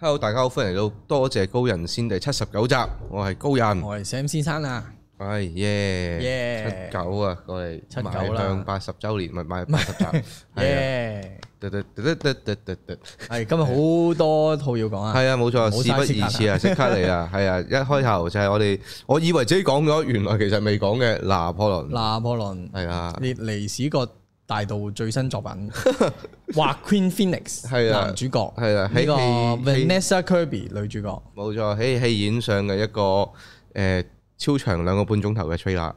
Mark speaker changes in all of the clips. Speaker 1: Hello，大家好，歡迎嚟到多謝高人先第七十九集，我係高人，
Speaker 2: 我係 Sam 先生啊，
Speaker 1: 係耶，
Speaker 2: 耶
Speaker 1: 七九啊，我哋
Speaker 2: 七九啦
Speaker 1: 邁向八十週年，咪 邁八十集，係啊，
Speaker 2: 耶！
Speaker 1: 嘟嘟嘟嘟嘟嘟嘟
Speaker 2: 係今日好多套要講啊，
Speaker 1: 係啊，冇錯，
Speaker 2: 冇
Speaker 1: 事
Speaker 2: 嘥
Speaker 1: 不宜 遲啊，即刻嚟啊，係啊，一開頭就係我哋，我以為自己講咗，原來其實未講嘅拿破崙，
Speaker 2: 拿破崙
Speaker 1: 係啊，
Speaker 2: 列尼史葛大道最 新作品，畫 Queen Phoenix
Speaker 1: 係啊
Speaker 2: 男主角，
Speaker 1: 係啊喺
Speaker 2: 呢個
Speaker 1: 戲戲
Speaker 2: Vanessa Kirby 女主 角，
Speaker 1: 冇錯，喺戲演上嘅一個誒超長兩個半鐘頭嘅 trailer。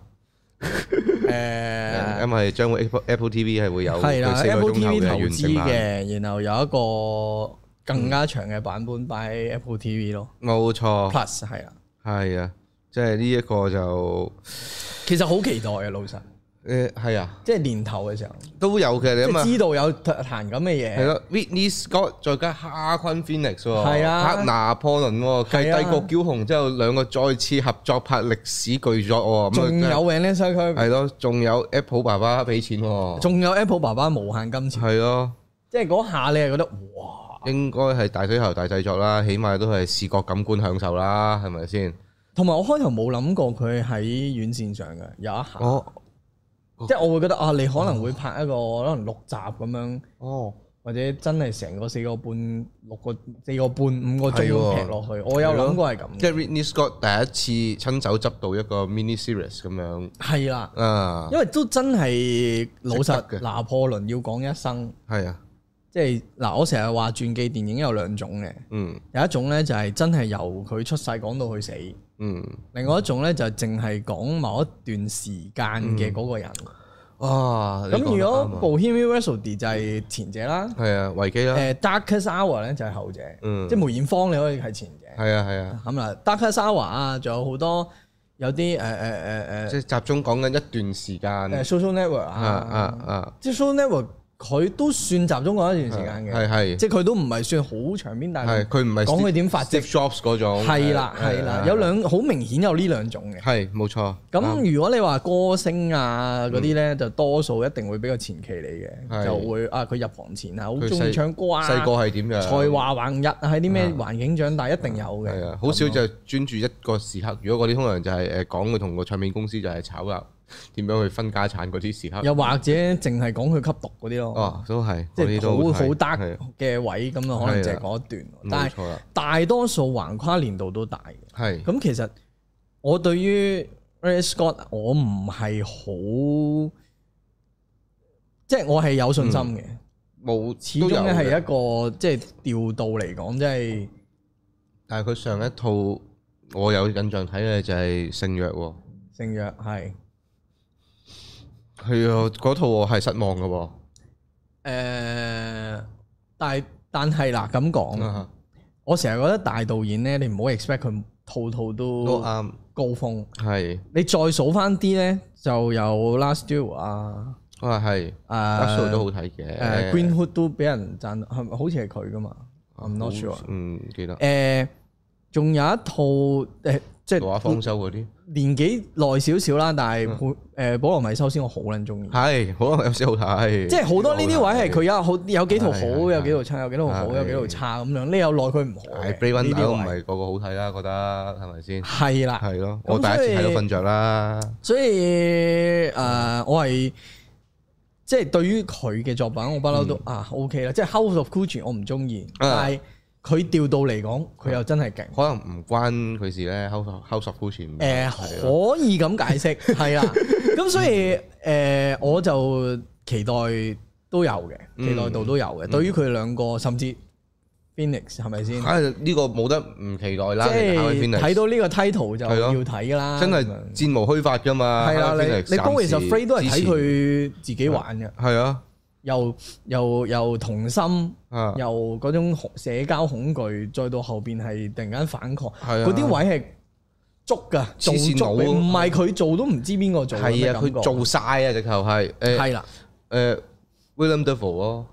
Speaker 2: 誒
Speaker 1: 因為將會 Apple Apple TV 係會有
Speaker 2: 係
Speaker 1: 佢
Speaker 2: 啦
Speaker 1: 四個
Speaker 2: ，Apple
Speaker 1: 鐘頭
Speaker 2: TV
Speaker 1: 嘅
Speaker 2: 投
Speaker 1: 完
Speaker 2: 資
Speaker 1: 整版，
Speaker 2: 嘅，然後有一個更加長嘅版本擺喺 Apple TV 咯
Speaker 1: 冇錯，
Speaker 2: ，Plus 係啦，
Speaker 1: 係啊，即係呢一個就
Speaker 2: 其實好期待啊嘅老實，
Speaker 1: 誒係啊，
Speaker 2: 即係年頭嘅時候，
Speaker 1: 都有嘅
Speaker 2: 即
Speaker 1: 你
Speaker 2: 係
Speaker 1: 啊嘛，
Speaker 2: 知道有彈咁嘅嘢
Speaker 1: 係。咯，Whitney Scott 再加哈昆 Phoenix 喎，
Speaker 2: 係啊
Speaker 1: 拍拿破崙喎，繼
Speaker 2: 係啊
Speaker 1: 帝國驕雄之後兩個再次合作拍歷史巨作喎，咁啊
Speaker 2: 仲有 Vanessa Kirby，
Speaker 1: 係咯，仲有 Apple 爸爸俾錢喎，
Speaker 2: 仲有 Apple 爸爸無限金錢，
Speaker 1: 係咯，
Speaker 2: 即係嗰下你係覺得哇，
Speaker 1: 應該係大水喉大製作啦，起碼都係視覺感官享受啦，係咪先？
Speaker 2: 同埋我開頭冇諗過佢喺院線上嘅有一下，
Speaker 1: 哦
Speaker 2: 即係我會覺得啊，你可能會拍一個可能六集咁樣，
Speaker 1: 哦。
Speaker 2: 或者真係成個四個半、六個四個半、五個
Speaker 1: 係
Speaker 2: 鐘
Speaker 1: 喎
Speaker 2: 咁劈落去，我有諗過係
Speaker 1: 即
Speaker 2: 咁，
Speaker 1: 係 Ridley Scott 第一次親手執到一個 mini series 咁樣
Speaker 2: 係啦，
Speaker 1: 啊，
Speaker 2: 因為都真係老
Speaker 1: 值得嘅
Speaker 2: 實，拿破崙要講一生，
Speaker 1: 係啊，
Speaker 2: 即係嗱，我成日話傳記電影有兩種嘅，
Speaker 1: 嗯
Speaker 2: 有一種咧就係真係由佢出世講到佢死。
Speaker 1: 嗯，
Speaker 2: 另外一種咧就淨係講某一段時間嘅嗰個人。
Speaker 1: 啊，嗯你
Speaker 2: 咁、
Speaker 1: 講得
Speaker 2: 如
Speaker 1: 啱啊
Speaker 2: 果 Bohemian Rhapsody 就係前者啦，
Speaker 1: 係啊，維基啦，
Speaker 2: 誒 Darkest Hour 咧就係後者，
Speaker 1: 嗯
Speaker 2: 即係梅艷芳你可以係前者。
Speaker 1: 係啊係啊，
Speaker 2: 咁啦，Darkest Hour 啊，仲有好多有啲誒誒誒
Speaker 1: 即係集中講緊一段時
Speaker 2: 誒誒
Speaker 1: 間
Speaker 2: Social Network
Speaker 1: 啊啊
Speaker 2: 啊，
Speaker 1: 啊，
Speaker 2: 即係 Social Network 佢都算集中講一段時間嘅，
Speaker 1: 係係
Speaker 2: 即係佢都唔係算好長篇大
Speaker 1: 係
Speaker 2: 論，
Speaker 1: 佢唔係
Speaker 2: 講佢點發跡
Speaker 1: Steve Jobs 嗰種，
Speaker 2: 係啦係啦，有兩好明顯有呢兩種嘅。
Speaker 1: 係冇錯，啱嗯
Speaker 2: 咁如果你話歌星啊嗰啲咧，就多數一定會比較前期你
Speaker 1: 係
Speaker 2: 嘅，就會啊佢入行前啊好
Speaker 1: 佢
Speaker 2: 中意
Speaker 1: 細
Speaker 2: 唱歌啊，
Speaker 1: 細個係點樣？
Speaker 2: 才華橫溢啊，喺啲咩環境長大一定有
Speaker 1: 係
Speaker 2: 嘅。
Speaker 1: 啊，好少就專注一個時刻。如果嗰啲通常就係誒講佢同個唱片公司就係炒啦，點樣去分家產嗰啲時刻。
Speaker 2: 又或者淨係講佢吸毒嗰啲咯，
Speaker 1: 哦，都係，
Speaker 2: 即
Speaker 1: 嗰啲
Speaker 2: 係
Speaker 1: 都
Speaker 2: 好好
Speaker 1: 係
Speaker 2: dark
Speaker 1: 係
Speaker 2: 嘅位咁啊，可能就
Speaker 1: 係
Speaker 2: 係
Speaker 1: 啊
Speaker 2: 嗰一段。但
Speaker 1: 冇
Speaker 2: 係
Speaker 1: 錯啦，
Speaker 2: 大多數橫跨年度都大嘅。
Speaker 1: 係
Speaker 2: 咁其實我對於 r e Scott 我唔係好，即係我係有信心嘅。
Speaker 1: 嗯冇
Speaker 2: 始
Speaker 1: 都
Speaker 2: 終
Speaker 1: 有
Speaker 2: 咧係
Speaker 1: 嘅
Speaker 2: 一個即係調度嚟講，即係
Speaker 1: 但係佢上一套我有印象睇嘅就係聖約喎，
Speaker 2: 聖約係
Speaker 1: 係啊，嗰套我係失望嘅喎。
Speaker 2: 誒，但係但係嗱咁講，
Speaker 1: 啊
Speaker 2: 我成日覺得大導演咧，你唔好 expect 佢套套
Speaker 1: 都
Speaker 2: 都
Speaker 1: 啱，
Speaker 2: 高峰。
Speaker 1: 係
Speaker 2: 你再數翻啲咧，就有 Last Duel 啊，
Speaker 1: 啊係，阿蘇都
Speaker 2: 誒
Speaker 1: 好睇嘅。
Speaker 2: 誒 Green Hood 都俾人讚，係咪好似係佢噶嘛？I'm not sure。
Speaker 1: 嗯，唔記得
Speaker 2: 誒，仲有一套誒，即
Speaker 1: 羅亞
Speaker 2: 係
Speaker 1: 方舟嗰啲
Speaker 2: 年紀耐少少啦，但係誒保羅米修斯我好撚中意。
Speaker 1: 係，可 能有時好睇。
Speaker 2: 即係好多呢啲位係
Speaker 1: 呢
Speaker 2: 佢有好有幾套好，
Speaker 1: 係啊係係
Speaker 2: 有幾套差，有幾套好，
Speaker 1: 係
Speaker 2: 有幾套差咁樣。呢有耐佢唔
Speaker 1: 套
Speaker 2: 好
Speaker 1: 好睇，係
Speaker 2: 嘅
Speaker 1: Blade Runner
Speaker 2: 呢
Speaker 1: 都唔
Speaker 2: 啲位
Speaker 1: 係個個好睇啦，覺得係咪先？
Speaker 2: 係啦，
Speaker 1: 係咯，
Speaker 2: 咁
Speaker 1: 我第一次睇到
Speaker 2: 所以
Speaker 1: 瞓着啦。
Speaker 2: 所以誒，呃我係即係對於佢嘅作品，我不嬲都
Speaker 1: 嗯
Speaker 2: 啊 OK 啦。即係 House of Gucci 我唔中意，
Speaker 1: 啊
Speaker 2: 但係佢調度嚟講，佢又真係勁。
Speaker 1: 可能唔關佢事咧，House of- House of Gucci 唔
Speaker 2: 誒
Speaker 1: 嗯係啊咯
Speaker 2: 呃可以咁解釋， 係啦。咁所以誒，我就期待都有嘅，期待度都有
Speaker 1: 嗯
Speaker 2: 嘅。對於佢兩個，甚至 Phoenix 係咪先？
Speaker 1: 啊呢個冇得唔期待啦，
Speaker 2: 即
Speaker 1: 你打開
Speaker 2: 係
Speaker 1: Phoenix
Speaker 2: 睇到呢個 title 就
Speaker 1: 係咯
Speaker 2: 要睇㗎啦，
Speaker 1: 真係
Speaker 2: 啊咁樣
Speaker 1: 戰無虛發噶嘛。
Speaker 2: 係啦，
Speaker 1: Harry
Speaker 2: 你
Speaker 1: Phoenix
Speaker 2: 你
Speaker 1: 暫
Speaker 2: Boys
Speaker 1: 時
Speaker 2: Afraid 都係睇
Speaker 1: 之
Speaker 2: 佢自己玩嘅，
Speaker 1: 前。係啊，
Speaker 2: 又又又同心，
Speaker 1: 啊
Speaker 2: 又嗰種恐社交恐懼，再到後邊係突然間反抗，
Speaker 1: 係啊，
Speaker 2: 嗰啲位係捉㗎，做
Speaker 1: 黐線佬
Speaker 2: 足你唔係佢做都唔知邊個做嘅
Speaker 1: 係啊，
Speaker 2: 感覺，
Speaker 1: 佢做晒啊，直頭係誒
Speaker 2: 係啦，
Speaker 1: 誒 William Devil 咯，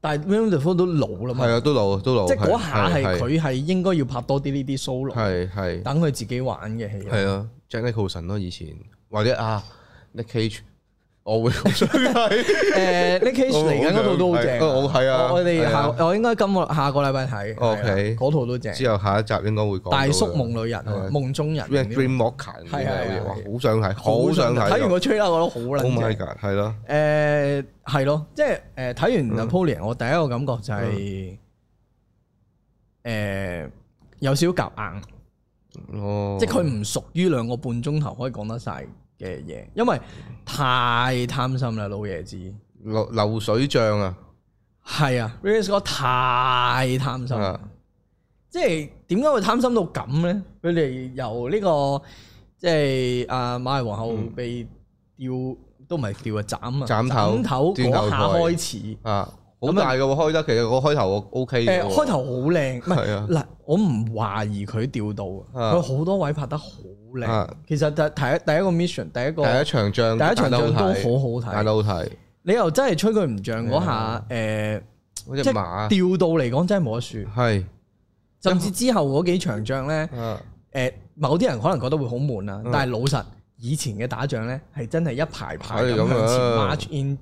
Speaker 2: 但係 w i l l i a m 都老啦
Speaker 1: 係
Speaker 2: 嘛，
Speaker 1: 啊，都老都老，
Speaker 2: 即係嗰下係
Speaker 1: 係
Speaker 2: 佢係應該要拍多啲呢啲 solo，
Speaker 1: 係係
Speaker 2: 等佢自己玩嘅戲。
Speaker 1: 係啊，Jack Nicholson 咯，以前或者啊 Nick Cage 我會好想 睇。
Speaker 2: 誒呃 Nick Cage
Speaker 1: 我
Speaker 2: 嚟緊嗰套都好正，
Speaker 1: 我我哦係啊
Speaker 2: 我我
Speaker 1: 係
Speaker 2: 哋
Speaker 1: 啊哦
Speaker 2: 下我應該今個下個禮拜睇係啊
Speaker 1: OK
Speaker 2: 嗰套都正，
Speaker 1: 之後下一集應該會講到
Speaker 2: 大叔
Speaker 1: 嘅
Speaker 2: 夢裏人啊
Speaker 1: 係，
Speaker 2: 夢中人
Speaker 1: 咩
Speaker 2: 呢
Speaker 1: Dream Walker
Speaker 2: 係啊係啊
Speaker 1: 哇，
Speaker 2: 係
Speaker 1: 好想睇，好想睇。啊
Speaker 2: 睇完個 trailer 我覺得好
Speaker 1: Oh
Speaker 2: 撚
Speaker 1: my
Speaker 2: 正。
Speaker 1: god，係咯，
Speaker 2: 誒係咯，即係誒
Speaker 1: 嗯
Speaker 2: 睇完 Napoleon，我第一個感覺就係誒有少少夾硬，
Speaker 1: 嗯哦，
Speaker 2: 即係佢唔屬於兩個半鐘頭可以講得晒嘅嘢，因為太貪心啦，老爺子。
Speaker 1: 流流水帳啊，
Speaker 2: 係啊 r i s 哥太貪心，
Speaker 1: 啊
Speaker 2: 即係點解會貪心到咁咧？佢哋由呢、個即係啊馬來皇后被吊、都唔係吊啊斬
Speaker 1: 嗯
Speaker 2: 啊
Speaker 1: 斬頭斷頭
Speaker 2: 嗰下
Speaker 1: 台
Speaker 2: 開始，誒、
Speaker 1: 啊，好大嘅喎，開得其實我開頭我 OK 嘅喎，
Speaker 2: 開頭好靚，唔係
Speaker 1: 係啊
Speaker 2: 嗱，我唔懷疑佢吊到，
Speaker 1: 啊
Speaker 2: 佢好多位拍得好靚。
Speaker 1: 啊
Speaker 2: 其實就睇第一個 mission，第一個
Speaker 1: 第一場仗，
Speaker 2: 第一場仗都好好
Speaker 1: 睇打
Speaker 2: 睇，
Speaker 1: 得好睇，
Speaker 2: 你又真係吹佢唔漲嗰下，
Speaker 1: 嗯
Speaker 2: 誒、
Speaker 1: 嗰
Speaker 2: 即
Speaker 1: 只
Speaker 2: 係
Speaker 1: 馬
Speaker 2: 吊到嚟講真係冇得輸。
Speaker 1: 係
Speaker 2: 甚至之後嗰幾場仗呢，誒、
Speaker 1: 啊
Speaker 2: 某啲人可能覺得會好悶啊
Speaker 1: 嗯，
Speaker 2: 但係老實，以前嘅打仗呢，係真係一排排
Speaker 1: 係
Speaker 2: 咁
Speaker 1: 咁
Speaker 2: 向
Speaker 1: 啊
Speaker 2: 前 march in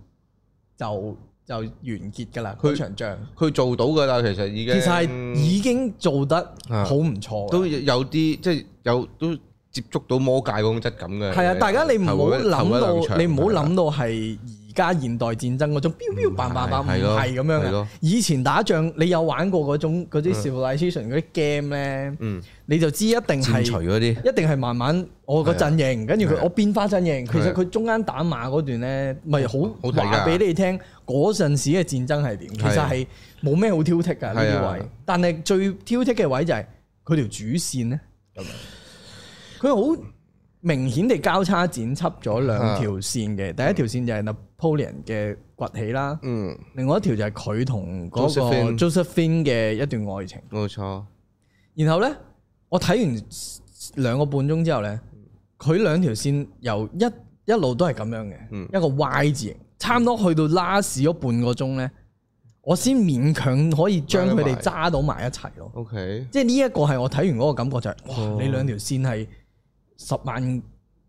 Speaker 2: 就就完結㗎啦。
Speaker 1: 佢
Speaker 2: 嗰場仗
Speaker 1: 佢做到㗎啦，其實已
Speaker 2: 其
Speaker 1: 經
Speaker 2: 實係已經做得好唔錯
Speaker 1: 啊都
Speaker 2: 㗎，
Speaker 1: 有啲即係有都接觸到魔界嗰種質感嘅。
Speaker 2: 係啊！大家你唔好
Speaker 1: 頭一頭一兩
Speaker 2: 諗到，
Speaker 1: 場
Speaker 2: 你唔好
Speaker 1: 係啊嗯
Speaker 2: 諗到係而家現代戰爭嗰種飆飆棒棒棒，唔
Speaker 1: 係咯
Speaker 2: 係咁樣
Speaker 1: 係
Speaker 2: 嘅
Speaker 1: 咯。
Speaker 2: 以前打仗你有玩過嗰種嗰啲 civilization 嗰啲 game 呢，
Speaker 1: 嗯
Speaker 2: 你就知一定
Speaker 1: 戰
Speaker 2: 係
Speaker 1: 錘嗰啲。
Speaker 2: 一定係慢慢我個陣營，跟住
Speaker 1: 係啊
Speaker 2: 佢我變化陣營。其
Speaker 1: 係啊
Speaker 2: 實佢中間打馬嗰段咧，咪好
Speaker 1: 好睇㗎
Speaker 2: 話俾你聽嗰陣時嘅戰爭係點。其
Speaker 1: 係
Speaker 2: 實
Speaker 1: 啊
Speaker 2: 係冇咩好挑剔㗎呢
Speaker 1: 係啊
Speaker 2: 啲位，但係最挑剔嘅位就係佢條主線咧咁樣，佢好明顯地交叉剪輯咗兩
Speaker 1: 啊
Speaker 2: 條線嘅。第一條線就係 Napoleon 嘅崛起啦，
Speaker 1: 嗯，
Speaker 2: 另外一條就係佢同嗰個
Speaker 1: Josephine
Speaker 2: Josephine 嘅一段愛情。
Speaker 1: 冇錯。
Speaker 2: 然後呢，我睇完兩個半鐘之後呢，佢兩條線由一一路都係咁樣嘅，
Speaker 1: 嗯
Speaker 2: 一個 Y 字形，差唔多去到拉屎咗半個鐘呢，我先勉強可以將佢哋揸到埋一齊咯。
Speaker 1: O K，
Speaker 2: 即係呢一個係我睇完嗰個感覺就係、哇！
Speaker 1: 哦
Speaker 2: 你兩條線係十萬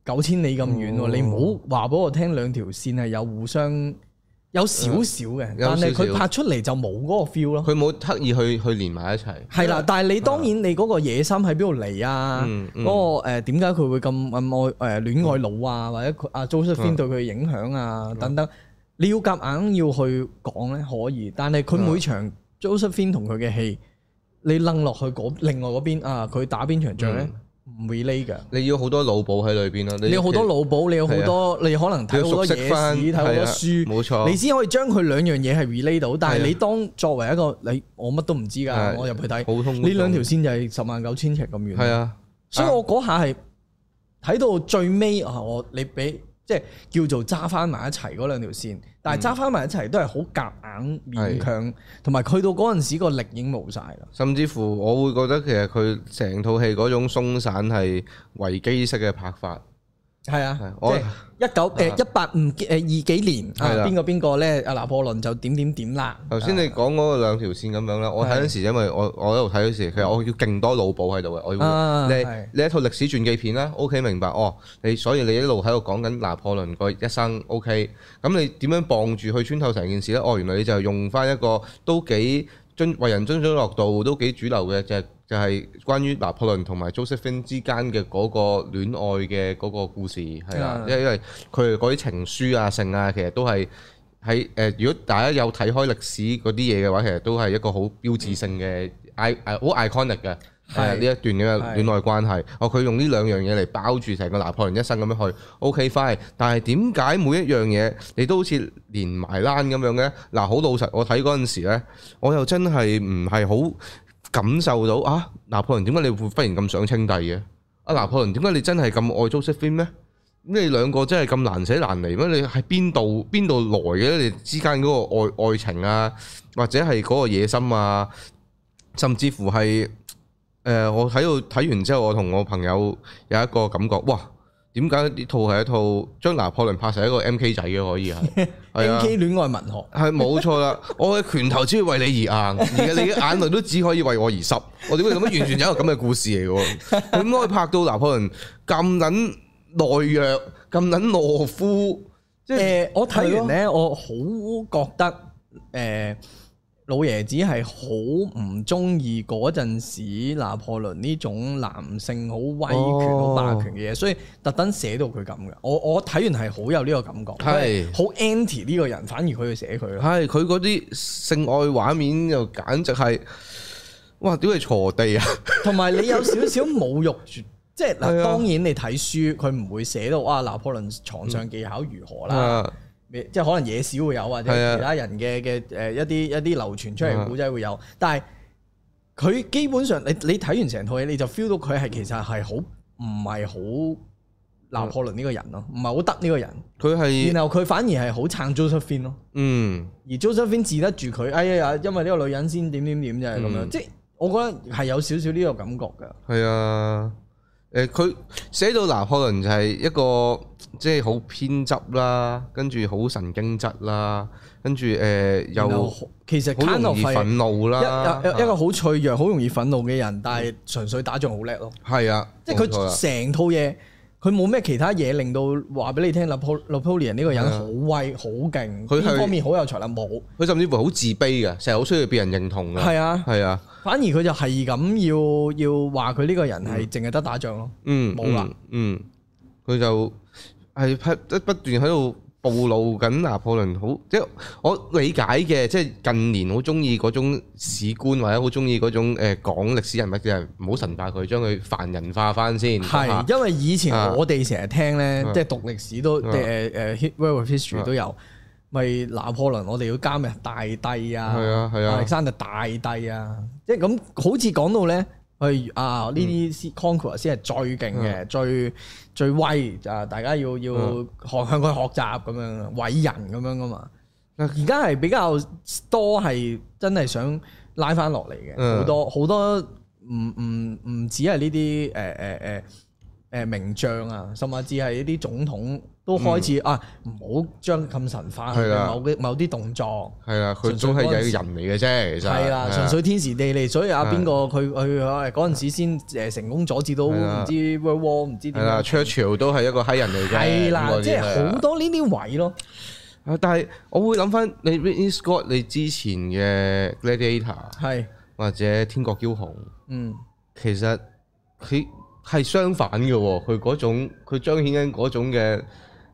Speaker 2: 九千里咁遠喎，
Speaker 1: 哦
Speaker 2: 你唔好話俾我聽兩條線係有互相有少少嘅，
Speaker 1: 有
Speaker 2: 但係
Speaker 1: 少
Speaker 2: 佢
Speaker 1: 少
Speaker 2: 拍出嚟就冇嗰個 feel 咯。
Speaker 1: 佢冇刻意去去連埋一齊。
Speaker 2: 係啦，但係你當然你嗰個野心喺邊度嚟啊？
Speaker 1: 嗯嗯
Speaker 2: 嗰個誒點解佢會咁咁愛誒戀愛腦
Speaker 1: 嗯
Speaker 2: 啊？或者佢阿 Josephine 對佢嘅影響啊等等，你要夾硬要去講咧可以，但係佢每
Speaker 1: 嗯
Speaker 2: 場 Josephine 同佢嘅戲，你楞落去嗰另外嗰邊啊，佢打邊場仗咧
Speaker 1: 嗯
Speaker 2: 唔 relate 㗎。
Speaker 1: 你要好多腦補喺裏邊咯。
Speaker 2: 你有好多腦補，你有好多，你可
Speaker 1: 啊
Speaker 2: 能
Speaker 1: 你
Speaker 2: 睇
Speaker 1: 要
Speaker 2: 好多
Speaker 1: 熟
Speaker 2: 野
Speaker 1: 悉
Speaker 2: 史，
Speaker 1: 翻，
Speaker 2: 睇好
Speaker 1: 係
Speaker 2: 多
Speaker 1: 啊
Speaker 2: 書，
Speaker 1: 冇錯。
Speaker 2: 你先可以將佢兩樣嘢係 relate 到，但
Speaker 1: 係啊
Speaker 2: 係你當作為一個你我乜都唔知
Speaker 1: 係
Speaker 2: 㗎，我入去睇
Speaker 1: 普通觀眾
Speaker 2: 呢兩條線就係十萬九千尺咁遠。
Speaker 1: 係，啊，
Speaker 2: 所以我嗰下係睇到最尾啊，我你俾即係叫做揸翻埋一齊嗰兩條線，
Speaker 1: 嗯
Speaker 2: 但係揸翻埋一齊都係好夾硬勉強，同埋去到嗰陣時個力已經冇晒啦。
Speaker 1: 甚至乎我會覺得其實佢成套戲嗰種鬆散係維基式嘅拍法。
Speaker 2: 係啊
Speaker 1: 係，
Speaker 2: 即
Speaker 1: 我
Speaker 2: 係一九
Speaker 1: 啊
Speaker 2: 誒一八五誒二幾年
Speaker 1: 係啦
Speaker 2: 啊，邊個邊個咧？阿拿破崙就點點點啦。啊
Speaker 1: 頭先你講嗰兩條線咁樣啦，我睇嗰陣時，因為我我喺度睇嗰時，其實我要勁多腦補喺度嘅，我
Speaker 2: 啊
Speaker 1: 要
Speaker 2: 係
Speaker 1: 你你一套歷史傳記片啦，OK 明白哦，你所以你一路喺度講緊拿破崙個一生，OK，咁你點樣傍住去穿透成件事呢？哦，原來你就用翻一個都幾遵為人津津樂道，都幾主流嘅就係就係關於拿破崙同埋 Josephine 之間嘅嗰個戀愛嘅嗰個故事係啦
Speaker 2: 啊，
Speaker 1: 因因為佢哋嗰啲情書啊、性啊，其實都係。喺誒、呃如果大家有睇開歷史嗰啲嘢嘅話，其實都係一個好標誌性嘅 i 誒好 iconic 嘅誒呢一段嘅
Speaker 2: 係
Speaker 1: 戀愛關係。哦，佢用呢兩樣嘢嚟包住成個拿破崙一生咁樣去，OK fine。但係點解每一樣嘢你都好似連埋欄咁樣嘅？嗱，好老實，我睇嗰陣時咧，我又真係唔係好感受到啊！拿破崙點解你會忽然咁想稱帝嘅？啊，拿破崙點解你真係咁愛 Josephine 咩？咁你兩個真係咁難捨難離咩？你喺邊度邊度來嘅咧？你之間嗰個愛愛情啊，或者係嗰個野心啊，甚至乎係誒、呃我喺度睇完之後，我同我朋友有一個感覺，哇！點解呢套係一套將拿破崙拍成一個 M K 仔嘅可以係係
Speaker 2: M
Speaker 1: 啊？
Speaker 2: K 戀愛文學。
Speaker 1: 係冇錯啦，我嘅拳頭只會為你而硬，而你嘅眼淚都只可以為我而濕。我點會咁樣？完全有一個咁嘅故事嚟嘅喎。佢點可以拍到拿破崙咁撚懦弱、咁撚懦夫？即即係
Speaker 2: 誒，我睇完咧，我好覺得誒、老爺子係好唔中意嗰陣時拿破崙呢種男性好威權、好
Speaker 1: 哦
Speaker 2: 霸權嘅嘢，所以特登寫到佢咁嘅。我我睇完係好有呢個感覺，
Speaker 1: 係
Speaker 2: 好 anti 呢個人，反而佢去寫 佢咯。
Speaker 1: 係佢嗰啲性愛畫面又簡直係，哇！屌你坐地啊！
Speaker 2: 同埋你有少少侮辱住，即係
Speaker 1: 係
Speaker 2: 嗱，
Speaker 1: 啊
Speaker 2: 當然你睇書佢唔會寫到啊拿破崙床上
Speaker 1: 嗯
Speaker 2: 技巧如何啦，
Speaker 1: 啊
Speaker 2: 你即係可能野史會有或
Speaker 1: 係
Speaker 2: 者
Speaker 1: 啊
Speaker 2: 其他人嘅嘅誒一啲一啲流傳出嚟
Speaker 1: 啊
Speaker 2: 嘅古仔會有，但係佢基本上你你睇完成套嘢你就 feel 到佢係其實係好唔係好
Speaker 1: 嗯
Speaker 2: 拿破崙呢個人咯，唔係好得呢個人，
Speaker 1: 佢係
Speaker 2: 然後佢反而係好撐 Josephine 咯。
Speaker 1: 嗯
Speaker 2: 而 Josephine 治得住佢，哎呀，因為呢個女人先點點點就係咁樣，
Speaker 1: 嗯
Speaker 2: 即係我覺得係有少少呢個感覺㗎。
Speaker 1: 係啊，誒佢寫到拿破崙就係一個即係好偏執啦，跟住好神經質啦，跟住誒又
Speaker 2: 然
Speaker 1: 好
Speaker 2: 後好其實卡
Speaker 1: 容
Speaker 2: 諾
Speaker 1: 易
Speaker 2: 費
Speaker 1: 憤怒啦啊
Speaker 2: 一，一一個好脆弱、好容易憤怒嘅人，但係純粹打仗好叻咯。
Speaker 1: 係啊，
Speaker 2: 即係
Speaker 1: 冇錯啦
Speaker 2: 佢成套嘢，佢冇咩其他嘢令到話俾你聽，Napo- Napoleon 呢個
Speaker 1: 係
Speaker 2: 人
Speaker 1: 啊
Speaker 2: 好威、好勁，
Speaker 1: 佢係
Speaker 2: 呢方面好有才能冇。
Speaker 1: 佢甚至乎好自卑嘅，成日好需要別人認同嘅。
Speaker 2: 係啊，
Speaker 1: 係啊，
Speaker 2: 反而佢就係咁要要話佢呢個人係淨係得打仗咯。
Speaker 1: 嗯，
Speaker 2: 冇啦
Speaker 1: 嗯，嗯，佢就係不不斷喺度暴露緊拿破崙好，即係我理解嘅，即係近年好中意嗰種史官或者好中意嗰種誒講歷史人物嘅人，唔好神化佢，將佢凡人化翻先。啊
Speaker 2: 係，因為以前
Speaker 1: 啊
Speaker 2: 我哋成日聽咧
Speaker 1: 啊，
Speaker 2: 即係讀歷史都
Speaker 1: 啊
Speaker 2: 誒誒 h i w o r l d History
Speaker 1: 啊
Speaker 2: 都有，咪拿破崙我哋要加咩大帝啊，
Speaker 1: 係啊係啊
Speaker 2: 亞歷山大大帝啊，即係咁好似講到咧，去啊呢啲先 conquer 先係最勁嘅，最最威啊！大家要要
Speaker 1: 嗯
Speaker 2: 學向佢學習咁樣，偉人咁樣噶嘛。
Speaker 1: 啊
Speaker 2: 而家係比較多係真係想拉翻落嚟嘅，
Speaker 1: 嗯
Speaker 2: 好多好多唔唔唔止係呢啲誒誒誒誒名將啊，甚至係一啲總統都開始、啊，唔好將咁神化佢
Speaker 1: 係
Speaker 2: 嘅
Speaker 1: 啦
Speaker 2: 某啲某啲動作。
Speaker 1: 係啊，佢
Speaker 2: 純粹
Speaker 1: 總係有
Speaker 2: 嗰陣時
Speaker 1: 人嚟嘅啫，其實
Speaker 2: 係啦，
Speaker 1: 啊
Speaker 2: 純粹天時地利，所以阿
Speaker 1: 係啊
Speaker 2: 邊個佢佢佢嗰陣時先誒成功阻止到
Speaker 1: 係啦
Speaker 2: 唔知 World War 唔知
Speaker 1: 係
Speaker 2: 點
Speaker 1: 啦
Speaker 2: 樣。
Speaker 1: ，Churchill 都係一個黑人嚟嘅，
Speaker 2: 係
Speaker 1: 咁嗰
Speaker 2: 啦，
Speaker 1: 啲
Speaker 2: 即係
Speaker 1: 係啊
Speaker 2: 好多呢啲位咯，
Speaker 1: 啊！但係我會諗翻你 Ridley Scott 你之前嘅 Gladiator
Speaker 2: 係
Speaker 1: 或者天國驕雄，
Speaker 2: 嗯
Speaker 1: 其實佢係相反嘅喎，佢嗰種佢彰顯緊嗰種嘅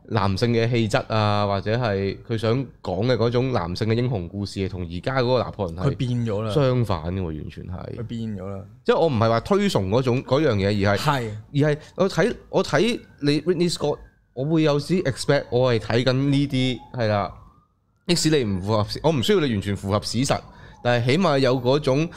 Speaker 1: 男性嘅氣質啊，或者係佢想講嘅嗰種男性嘅英雄故事，同而家嗰個拿破崙
Speaker 2: 佢
Speaker 1: 係
Speaker 2: 變咗啦，
Speaker 1: 相反嘅喎，完全係
Speaker 2: 佢。變咗啦，
Speaker 1: 即係我唔係話推崇嗰種嗰樣嘢，而係
Speaker 2: 係
Speaker 1: 而係我睇我睇你 Ridley Scott，我會有時 expect 我係睇緊呢啲係啦。即使你唔符合，我唔需要你完全符合史實，但係起碼有嗰種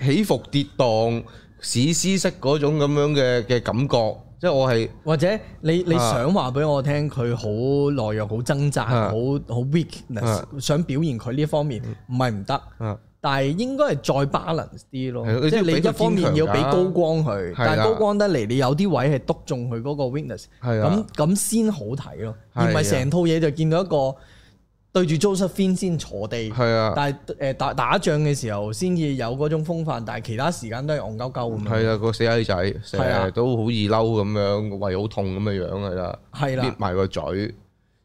Speaker 1: 起伏跌宕、史詩式嗰種咁樣嘅嘅感覺。即係我係
Speaker 2: 或者你你
Speaker 1: 啊
Speaker 2: 想話俾我聽，佢好懦弱、好掙扎、好
Speaker 1: 啊
Speaker 2: 好 weakness，
Speaker 1: 啊嗯
Speaker 2: 想表現佢呢一方面，唔係唔得。
Speaker 1: 啊，
Speaker 2: 但係應該係再 balance 啲
Speaker 1: 係
Speaker 2: 咯，
Speaker 1: 咯
Speaker 2: 即係
Speaker 1: 你都
Speaker 2: 你
Speaker 1: 要俾
Speaker 2: 一
Speaker 1: 佢
Speaker 2: 方面要俾
Speaker 1: 堅強㗎
Speaker 2: 高光佢，
Speaker 1: 係啦啊
Speaker 2: 但係高光得嚟，你有啲位係篤中佢嗰個 weakness，
Speaker 1: 係啊
Speaker 2: 咁咁先好睇咯，
Speaker 1: 係啊
Speaker 2: 而唔係成套嘢就見到一個對住 Josephine 先坐地，
Speaker 1: 係啊，
Speaker 2: 但係誒打打仗嘅時候先至有嗰種風範，但係其他時間都係戇鳩鳩咁樣，
Speaker 1: 係啊，個死閪仔
Speaker 2: 係
Speaker 1: 成
Speaker 2: 啊
Speaker 1: 日都好易嬲咁樣，個胃好痛咁嘅樣係啦，搣
Speaker 2: 係啦，
Speaker 1: 埋個嘴，黐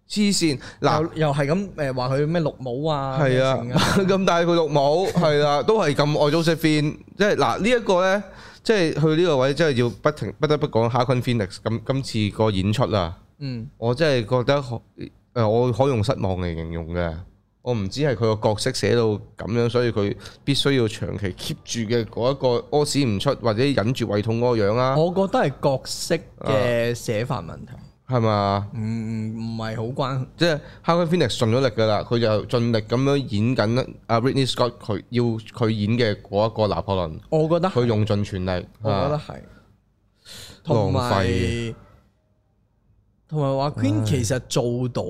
Speaker 1: 線嗱。
Speaker 2: 又又係咁誒話佢咩綠帽啊，
Speaker 1: 係啊
Speaker 2: 咩成啊，
Speaker 1: 咁大佢綠帽，係啦，都係咁愛 Josephine，即係嗱呢一個咧，即係去呢個位，真係要不停不得不講哈昆 Phoenix 咁今次個演出啊，
Speaker 2: 嗯，
Speaker 1: 我真係覺得可誒，我可用失望嚟形容嘅。我唔知係佢個角色寫到咁樣，所以佢必須要長期 keep 住嘅嗰一個屙屎唔出或者忍住胃痛嗰個樣啊啦，
Speaker 2: 我覺得係角色
Speaker 1: 啊
Speaker 2: 嘅寫法問題，
Speaker 1: 係嘛？
Speaker 2: 唔唔唔係好關。
Speaker 1: 即係 h a r v e y Phoenix 盡咗力㗎啦，佢就盡力咁樣演緊阿 Ridley Scott 佢要佢演嘅嗰一個拿破崙。
Speaker 2: 我覺得
Speaker 1: 佢用盡全力，
Speaker 2: 我覺得
Speaker 1: 啊
Speaker 2: 係，同埋同埋話 Queen 其實做到，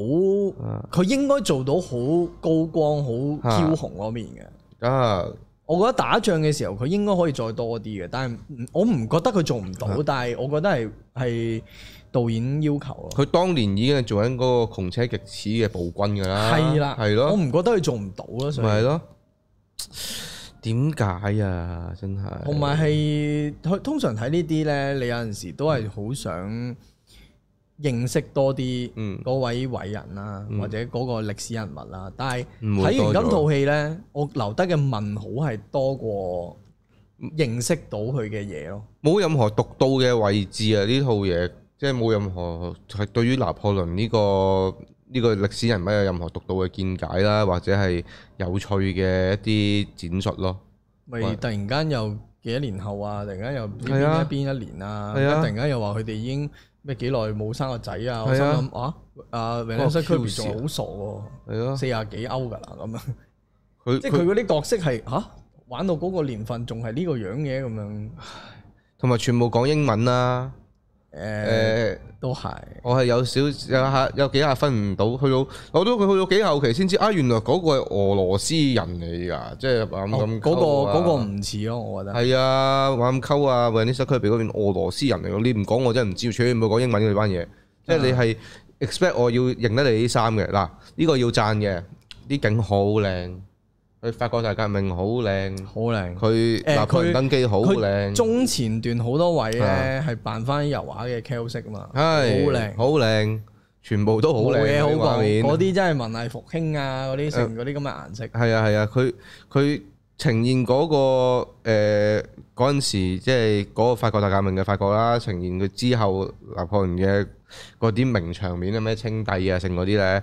Speaker 2: 佢應該做到好高光、好
Speaker 1: 啊
Speaker 2: 梟雄嗰面嘅。
Speaker 1: 啊，
Speaker 2: 我覺得打仗嘅時候佢應該可以再多啲嘅，但係唔我唔覺得佢做唔
Speaker 1: 啊
Speaker 2: 到，但係我覺得係係導演要求咯。
Speaker 1: 佢當年已經係做緊嗰個窮奢極侈嘅暴君㗎啦，
Speaker 2: 係啦，
Speaker 1: 啊係咯，
Speaker 2: 我唔覺得佢做唔到咯，所
Speaker 1: 咪係
Speaker 2: 以
Speaker 1: 咯，點解啊？真係，
Speaker 2: 同埋係佢通常睇呢啲咧，你有陣時都係好想認識多啲
Speaker 1: 嗯
Speaker 2: 嗰位偉人啦，
Speaker 1: 嗯
Speaker 2: 或者嗰個歷史人物啦。但係
Speaker 1: 唔會
Speaker 2: 睇
Speaker 1: 多
Speaker 2: 完今
Speaker 1: 咗
Speaker 2: 套戲呢，我留得嘅問號係多過認識到佢嘅嘢咯。
Speaker 1: 冇任何獨到嘅位置啊！呢套嘢即係冇任何係對於拿破崙呢、個呢、個歷史人物有任何獨到嘅見解啦，或者係有趣嘅一啲展述咯。
Speaker 2: 咪
Speaker 1: 喂
Speaker 2: 突然間又幾多年後啊，突然間又唔知
Speaker 1: 係
Speaker 2: 邊
Speaker 1: 啊
Speaker 2: 一邊一年啊，
Speaker 1: 係啊
Speaker 2: 突然間又話佢哋已經咩幾耐冇生個仔啊，我
Speaker 1: 係
Speaker 2: 心
Speaker 1: 啊
Speaker 2: 諗啊，啊 v a
Speaker 1: 個
Speaker 2: l e n c i a
Speaker 1: Q
Speaker 2: Kirby
Speaker 1: 事啊
Speaker 2: 仲好傻喎，
Speaker 1: 係咯，
Speaker 2: 四廿幾歐㗎啦咁樣，
Speaker 1: 佢
Speaker 2: 即係
Speaker 1: 佢
Speaker 2: 佢嗰啲角色係吓玩到嗰個年份仲係呢個樣嘅咁樣，
Speaker 1: 同埋全部講英文啦。誒、
Speaker 2: 誒都係
Speaker 1: 我係有少有下有幾下分唔到，去到我都佢去到幾後期先知啊，原來嗰個係俄羅斯人嚟㗎，即係咁
Speaker 2: 哦
Speaker 1: 咁啊
Speaker 2: 嗰個嗰個唔似咯，我覺得
Speaker 1: 係啊，玩溝啊 v a n e s s a Kirby 嗰邊俄羅斯人嚟㗎，你唔講我真係唔知，全部講英文嘅班嘢，即係你
Speaker 2: 啊
Speaker 1: 係 expect 我要認得你啲衫嘅，嗱呢個要讚嘅，啲景好靚，佢法國大革命好靚，
Speaker 2: 好靚。
Speaker 1: 佢
Speaker 2: 誒
Speaker 1: 拿破崙
Speaker 2: 佢
Speaker 1: 登基好
Speaker 2: 佢
Speaker 1: 靚，
Speaker 2: 中前段好多位咧
Speaker 1: 啊
Speaker 2: 係扮翻油畫嘅 Kel 色啊嘛，好
Speaker 1: 係
Speaker 2: 靚。
Speaker 1: 好靚，全部都好
Speaker 2: 冇
Speaker 1: 靚，啊
Speaker 2: 嘢好
Speaker 1: 啲畫
Speaker 2: 講，
Speaker 1: 面嗯
Speaker 2: 嗰啲真係文藝復興啊，嗰啲成嗰啲咁嘅顏色，
Speaker 1: 係啊係啊，佢佢呈現嗰、個誒嗰陣時，即係嗰個法國大革命嘅法國啦，呈現佢之後拿破崙嘅嗰啲名場面啊，咩稱帝啊，剩嗰啲咧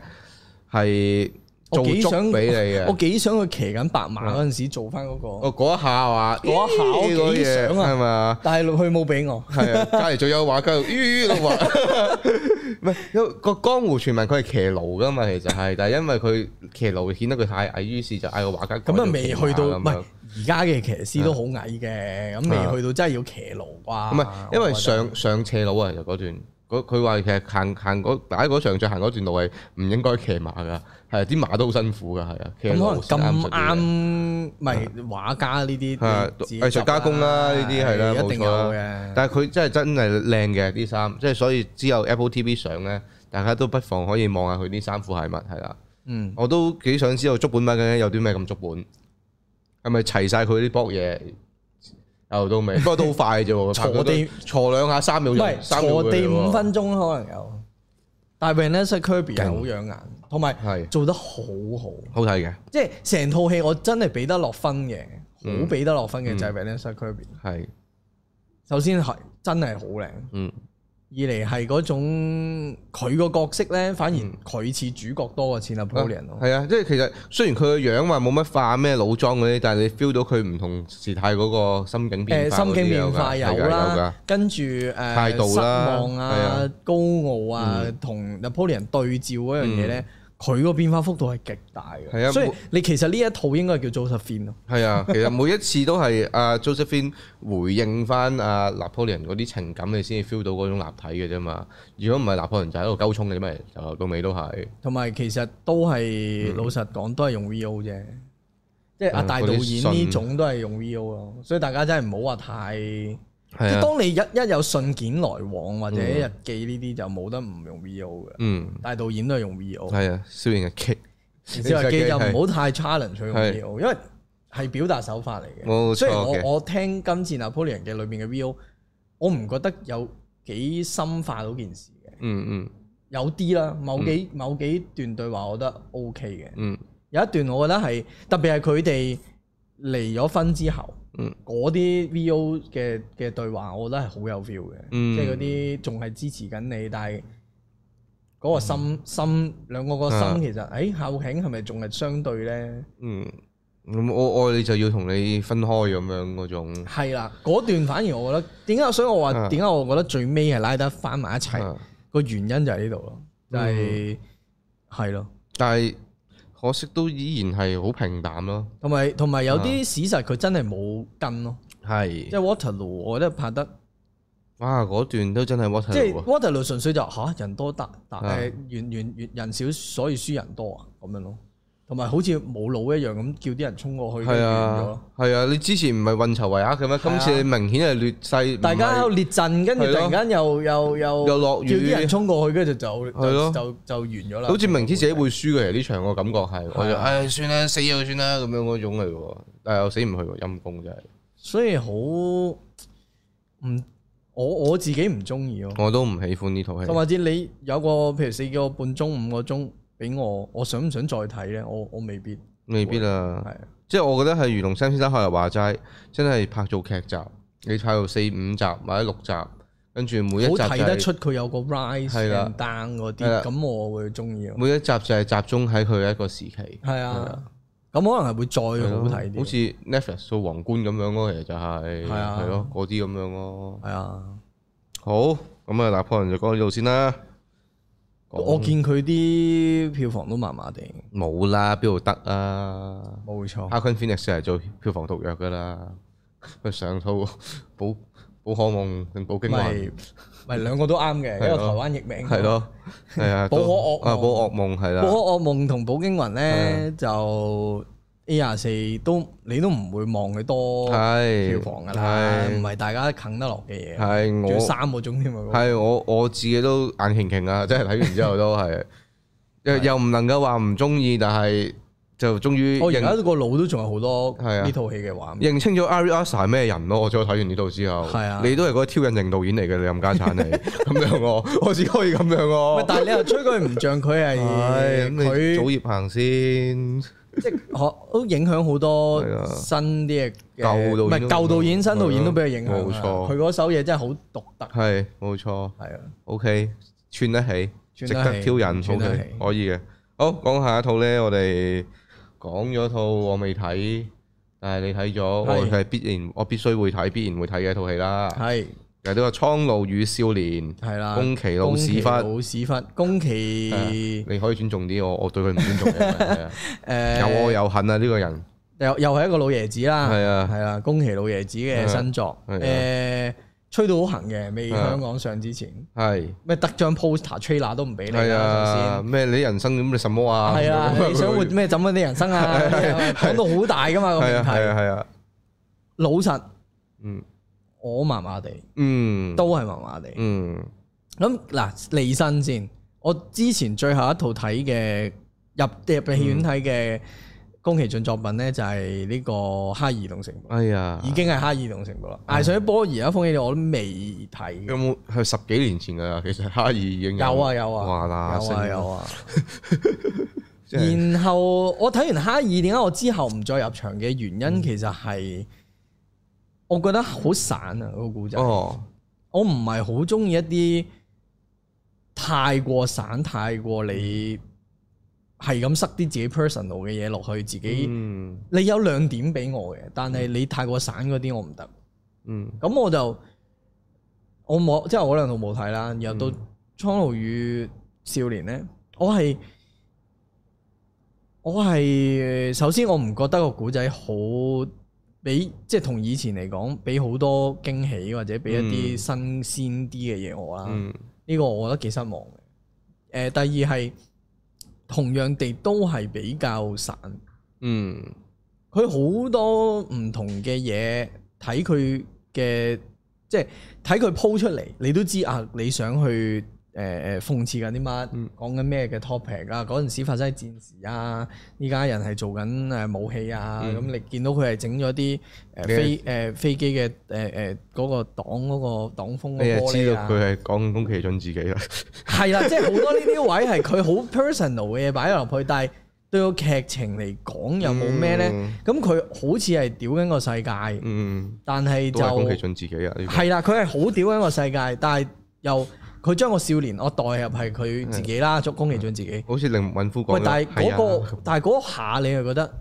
Speaker 1: 係做
Speaker 2: 我幾
Speaker 1: 足
Speaker 2: 想
Speaker 1: 俾你啊
Speaker 2: 我
Speaker 1: 嘅。
Speaker 2: 幾想佢騎緊白馬嗰陣時做翻嗰個，
Speaker 1: 我嗰一下話，
Speaker 2: 嗰一下我
Speaker 1: 咦嗰
Speaker 2: 幾
Speaker 1: 嘢
Speaker 2: 想啊
Speaker 1: 係咪啊？
Speaker 2: 但係佢冇俾我。
Speaker 1: 係 啊，隔離仲有畫繼續於度畫， 唔係有個江湖傳聞佢係騎驢噶嘛，其實係，但係因為佢騎驢顯得佢太矮，於是就嗌個畫家改
Speaker 2: 咁啊
Speaker 1: 咗，
Speaker 2: 未
Speaker 1: 騎
Speaker 2: 去
Speaker 1: 馬
Speaker 2: 到，
Speaker 1: 咁
Speaker 2: 唔
Speaker 1: 樣啊
Speaker 2: 係而家嘅騎師都好矮嘅，咁未去到真係要騎驢啩？
Speaker 1: 唔係，因為
Speaker 2: 啊我覺得
Speaker 1: 上上斜路啊，其實嗰段，嗰佢話其實行行嗰喺嗰上斜行嗰段路係唔應該騎馬噶，係啊啲馬都好辛苦噶，係啊。騎路
Speaker 2: 咁可能咁
Speaker 1: 先
Speaker 2: 啱
Speaker 1: 上啲嘅，
Speaker 2: 唔係畫家呢啲
Speaker 1: 係啊
Speaker 2: 自己執
Speaker 1: 藝術加工啦呢啲係啦
Speaker 2: 一定
Speaker 1: 冇
Speaker 2: 有
Speaker 1: 錯啦
Speaker 2: 嘅。
Speaker 1: 但係佢真係真係靚嘅啲衫，即係所以之後 Apple TV 上咧，大家都不妨可以望下佢啲衫褲鞋襪係啦。
Speaker 2: 嗯，
Speaker 1: 我都幾想知道足本版究竟有啲咩咁足本，係咪齊晒佢啲卜嘢？由到 尾，不過都好快啫喎，
Speaker 2: 坐地
Speaker 1: 坐兩下三秒
Speaker 2: 唔
Speaker 1: 就
Speaker 2: 係
Speaker 1: 三秒
Speaker 2: 坐
Speaker 1: 嘅
Speaker 2: 地
Speaker 1: 啫喎
Speaker 2: 五分鐘可能有，但係 Vanessa Kirby 係好養眼，同埋
Speaker 1: 係
Speaker 2: 做得好好。
Speaker 1: 好睇嘅，
Speaker 2: 即係成套戲我真係俾得落分嘅，
Speaker 1: 嗯
Speaker 2: 好俾得落分嘅就係 Vanessa Kirby。
Speaker 1: 係
Speaker 2: 首先係真係好靚，
Speaker 1: 嗯
Speaker 2: 二嚟係嗰種佢個角色咧，反而佢似主角多過似 Napoleon 咯。
Speaker 1: 係嗯啊，即係其實雖然佢個樣話冇乜化咩老裝嗰啲，但係你 feel 到佢唔同時態嗰個心境變
Speaker 2: 誒
Speaker 1: 化
Speaker 2: 心
Speaker 1: 嗰啲
Speaker 2: 境
Speaker 1: 有㗎
Speaker 2: 變化有
Speaker 1: 係㗎有㗎
Speaker 2: 啦，跟住誒
Speaker 1: 態度啦
Speaker 2: 失望
Speaker 1: 係
Speaker 2: 啊
Speaker 1: 啊、嗯
Speaker 2: 高傲啊，同 Napoleon 對照嗰樣嘢咧，佢個變化幅度係極大
Speaker 1: 係啊
Speaker 2: 嘅。所以你其實呢一套應該叫 Josephine 咯。
Speaker 1: 係 啊，其實每一次都係阿 Josephine 回應翻阿 Napoleon 嗰啲情感，你先至 feel 到嗰種立體嘅啫嘛。如果唔係 Napoleon 就喺度溝通嘅啫嘛，由頭到尾都係。
Speaker 2: 同埋其實都係老實講，都係用 VO 啫。即係阿
Speaker 1: 嗯
Speaker 2: 大
Speaker 1: 嗰
Speaker 2: 導
Speaker 1: 啲
Speaker 2: 演
Speaker 1: 信
Speaker 2: 呢種都係用 VO 咯，所以大家真係唔好話太。即
Speaker 1: 係
Speaker 2: 係
Speaker 1: 啊，
Speaker 2: 當你一一有信件來往或者日記呢啲，就冇得唔用 VO 嘅。
Speaker 1: 嗯，
Speaker 2: 大導演都係用 VO，
Speaker 1: 係啊，少年嘅 kick，
Speaker 2: 小日記就唔好太 challenge 佢用
Speaker 1: 係
Speaker 2: VO，因為係表達手法嚟
Speaker 1: 冇錯
Speaker 2: 嘅。雖然
Speaker 1: 嘅
Speaker 2: 我我聽今次 Napoleon 嘅裏面嘅 VO，我唔覺得有幾深化到件事嘅，
Speaker 1: 嗯嗯
Speaker 2: 有啲啦，某幾某幾段對話我覺得 OK 嘅。
Speaker 1: 嗯
Speaker 2: 有一段我覺得係特別係佢哋離咗婚之後，
Speaker 1: 嗯
Speaker 2: 嗰啲 V.O. 嘅嘅對話，我覺得係好有 feel 嘅，
Speaker 1: 嗯
Speaker 2: 即係嗰啲仲係支持緊你，但係嗰個心、心兩個個
Speaker 1: 嗯啊
Speaker 2: 心其實，誒、後慶係咪仲係相對 咧？
Speaker 1: 嗯，咁我愛你就要同你分開咁樣嗰種。
Speaker 2: 係啦，嗰段反而我覺得點解，所以我
Speaker 1: 啊
Speaker 2: 話點解我覺得最尾係拉得翻埋一齊
Speaker 1: 啊嗯
Speaker 2: 個、原因就喺呢度咯，就係係咯。
Speaker 1: 但係可惜都依然係好平淡咯。
Speaker 2: 同埋同埋有
Speaker 1: 啊
Speaker 2: 啲史實佢真係冇跟咯，
Speaker 1: 係
Speaker 2: 即係 Waterloo，我覺得拍得
Speaker 1: 哇，嗰段都真係 what
Speaker 2: 即係 Waterloo 純粹就嚇、人多得，但
Speaker 1: 啊
Speaker 2: 係原原原人少，所以輸人多啊咁樣咯。同埋好似冇腦一樣咁叫啲人衝過去，跟
Speaker 1: 係
Speaker 2: 住完咗
Speaker 1: 啊
Speaker 2: 咯。，
Speaker 1: 係啊，你之前唔係運籌帷幄嘅咩？今次你明顯係劣勢，
Speaker 2: 大家喺
Speaker 1: 唔
Speaker 2: 度
Speaker 1: 係
Speaker 2: 列陣，跟住
Speaker 1: 係咯
Speaker 2: 突然間又又又
Speaker 1: 又落雨
Speaker 2: 叫啲人衝過去，跟住就就
Speaker 1: 係咯
Speaker 2: 就就就完咗啦。
Speaker 1: 好似明知自己會輸嘅，其實呢場我感覺係，我就
Speaker 2: 係啊
Speaker 1: 唉算啦，死咗算啦咁樣嗰種嚟
Speaker 2: 嗯
Speaker 1: 嘅喎，但係我死唔去喎，陰公真係。
Speaker 2: 所以好唔我我自己唔中意咯。
Speaker 1: 我都唔喜歡呢套戲
Speaker 2: 就。或者你有個譬如四個半鐘、五個鐘俾我，我想唔想再睇咧？我我未必
Speaker 1: 未必啦，
Speaker 2: 係啊
Speaker 1: 即係我覺得係如龍山先生後日話齋，真係拍做劇集，你拍到四五集或者六集，跟住每一集
Speaker 2: 好
Speaker 1: 就
Speaker 2: 睇得
Speaker 1: 係、
Speaker 2: 出佢有個 rise
Speaker 1: 係啦
Speaker 2: and down 嗰
Speaker 1: 係啦
Speaker 2: 啲，咁我會中意咯。啊
Speaker 1: 每一集就係集中喺佢一個時期，
Speaker 2: 係
Speaker 1: 係
Speaker 2: 啊，咁可能係會再好睇啲。
Speaker 1: 好似 Netflix 做皇冠咁樣咯，其實就係
Speaker 2: 係啊
Speaker 1: 係咯嗰啲咁樣咯。
Speaker 2: 係啊，
Speaker 1: 好，咁啊，拿破崙就講到呢度先啦。
Speaker 2: 我見佢啲票房都麻麻地，
Speaker 1: 冇啦，邊度得啊？
Speaker 2: 冇錯。
Speaker 1: 阿昆 Phoenix 係做票房毒藥噶啦，佢上套保保可夢定保京
Speaker 2: 咪
Speaker 1: 雲。
Speaker 2: 咪兩個都啱嘅，一
Speaker 1: 係咯
Speaker 2: 個台灣譯名
Speaker 1: 系，咯，系啊，
Speaker 2: 寶可
Speaker 1: 都
Speaker 2: 噩夢
Speaker 1: 啊，寶可噩夢係
Speaker 2: 《
Speaker 1: 啦啊
Speaker 2: 寶可，惡夢》同《寶京雲》咧就 A 廿四都你都唔會望佢多
Speaker 1: 係
Speaker 2: 票房㗎啦，
Speaker 1: 係
Speaker 2: 唔係大家啃得落嘅嘢。
Speaker 1: 係
Speaker 2: 仲要
Speaker 1: 我
Speaker 2: 三個鐘添啊！
Speaker 1: 係我我自己都眼瓊瓊啊，即係睇完之後都係，又又唔能夠話唔中意，但係就終於
Speaker 2: 哦我而家
Speaker 1: 認
Speaker 2: 個腦都仲有好多
Speaker 1: 係啊
Speaker 2: 呢套戲嘅畫面，
Speaker 1: 認清咗 Ari Aster 係咩人咯。我再睇完呢套之後，
Speaker 2: 係啊
Speaker 1: 你都係嗰個挑釁型導演嚟嘅，你冚家 產你咁樣我，我只可以咁樣
Speaker 2: 喂
Speaker 1: 我。
Speaker 2: 但係你又吹佢唔像佢
Speaker 1: 哎
Speaker 2: 係
Speaker 1: 唉，咁你早
Speaker 2: 佢
Speaker 1: 業行先，
Speaker 2: 即係可都影響好多
Speaker 1: 係啊
Speaker 2: 新啲嘅
Speaker 1: 舊導演
Speaker 2: 唔係
Speaker 1: 都
Speaker 2: 舊導演、
Speaker 1: 影響
Speaker 2: 新導演都俾佢影響啊
Speaker 1: 冇錯
Speaker 2: 佢嗰首嘢真係好獨特，
Speaker 1: 係冇錯。
Speaker 2: 係啊，
Speaker 1: OK，串得起，
Speaker 2: 串得起
Speaker 1: 值得挑引
Speaker 2: 串得起
Speaker 1: ，OK，可以嘅。好，講下一套咧，我哋講咗套我未睇，但係你睇咗，
Speaker 2: 係
Speaker 1: 我係必然，我必須會睇，必然會睇嘅一套戲啦。
Speaker 2: 係
Speaker 1: 嚟到《蒼鷺與少年》，
Speaker 2: 係啦。
Speaker 1: 宮崎老屎忽
Speaker 2: 宮崎老屎忽，宮崎
Speaker 1: 你可以尊重啲我，我對佢唔尊重 嘅，係啊
Speaker 2: 誒
Speaker 1: 有愛有恨啊！呢個人
Speaker 2: 又又係一個老爺子啦，
Speaker 1: 係啊
Speaker 2: 係啦，宮崎老爺子嘅新作，
Speaker 1: 係啊
Speaker 2: 誒吹到好行嘅，未
Speaker 1: 係啊
Speaker 2: 香港上之前。
Speaker 1: 係
Speaker 2: 咩得張 poster trailer 都唔俾你
Speaker 1: 係
Speaker 2: 啦，
Speaker 1: 啊，咩你人生咁你什麼
Speaker 2: 首
Speaker 1: 啊？
Speaker 2: 先係啊，
Speaker 1: 咁樣
Speaker 2: 你想 活咩？怎樣啲人生啊？講到好大噶嘛個
Speaker 1: 係
Speaker 2: 問
Speaker 1: 啊係
Speaker 2: 題。
Speaker 1: 啊係啊，
Speaker 2: 老實，
Speaker 1: 嗯
Speaker 2: 我麻麻地，
Speaker 1: 嗯
Speaker 2: 都係麻麻地。
Speaker 1: 嗯
Speaker 2: 咁嗱，離身先。我之前最後一套睇嘅入入戲院睇嘅
Speaker 1: 嗯
Speaker 2: 宮崎駿作品咧，就係呢個《哈爾移動城堡
Speaker 1: 哎呀》，，
Speaker 2: 已經係《哈爾移動城堡》啦。
Speaker 1: 嗯
Speaker 2: 艾上一波而家封起我都未睇嘅。
Speaker 1: 有冇係十幾年前㗎啦？其實哈爾已經
Speaker 2: 有啊有啊，
Speaker 1: 哇啦
Speaker 2: 有啊
Speaker 1: 聲
Speaker 2: 有啊。
Speaker 1: 即係
Speaker 2: 然後我睇完哈爾，點解我之後唔再入場嘅原
Speaker 1: 嗯
Speaker 2: 因，其實係我覺得好散啊個故仔。
Speaker 1: 哦，
Speaker 2: 我唔係好中意一啲太過散、太過
Speaker 1: 嗯
Speaker 2: 你係咁塞啲自己 personal 嘅嘢落去，自己、
Speaker 1: 嗯
Speaker 2: 你有亮點俾我嘅，但係你太過散嗰啲我唔得。
Speaker 1: 嗯
Speaker 2: 咁我就我冇，即係我嗰兩套冇睇啦。然後到《蒼鷺與少年》咧，我係我係首先我唔覺得個古仔好俾，即係同以前嚟講，俾好多驚喜或者俾一啲新鮮啲嘅嘢我啦。呢、
Speaker 1: 嗯
Speaker 2: 個我覺得幾失望嘅。誒、第二係同樣地都係比較散。
Speaker 1: 嗯
Speaker 2: 佢好多唔同嘅嘢，睇佢嘅即係睇佢鋪出嚟，你都知啊，你想去誒誒諷刺緊啲乜，
Speaker 1: 嗯
Speaker 2: 講緊咩嘅 topic 啊，嗰陣時發生喺戰時啊，依家人係做緊誒武器啊，
Speaker 1: 嗯
Speaker 2: 咁、你見到佢係整咗啲誒飛誒、飛機嘅誒誒嗰個擋嗰、個擋風
Speaker 1: 你
Speaker 2: 嘅
Speaker 1: 就
Speaker 2: 玻
Speaker 1: 知
Speaker 2: 璃
Speaker 1: 道
Speaker 2: 啊
Speaker 1: 佢。係講緊宮崎駿自己啦，
Speaker 2: 係啦，即係好多呢啲位係佢好 personal 嘅嘢擺咗落去，但係對個劇情嚟講又冇咩咧
Speaker 1: 嗯。
Speaker 2: 咁佢、好似係屌緊個世界，
Speaker 1: 嗯，
Speaker 2: 但係
Speaker 1: 都係宮崎
Speaker 2: 就
Speaker 1: 駿自己啊，呢個
Speaker 2: 係啦，佢係好屌緊個世界，但係又佢將個少年我代入係佢自己
Speaker 1: 嗯
Speaker 2: 啦，捉宮崎駿自己。
Speaker 1: 好似令敏夫講
Speaker 2: 喂
Speaker 1: 嘅，，
Speaker 2: 但係嗰、
Speaker 1: 係啊
Speaker 2: 個，但係嗰下你係覺得，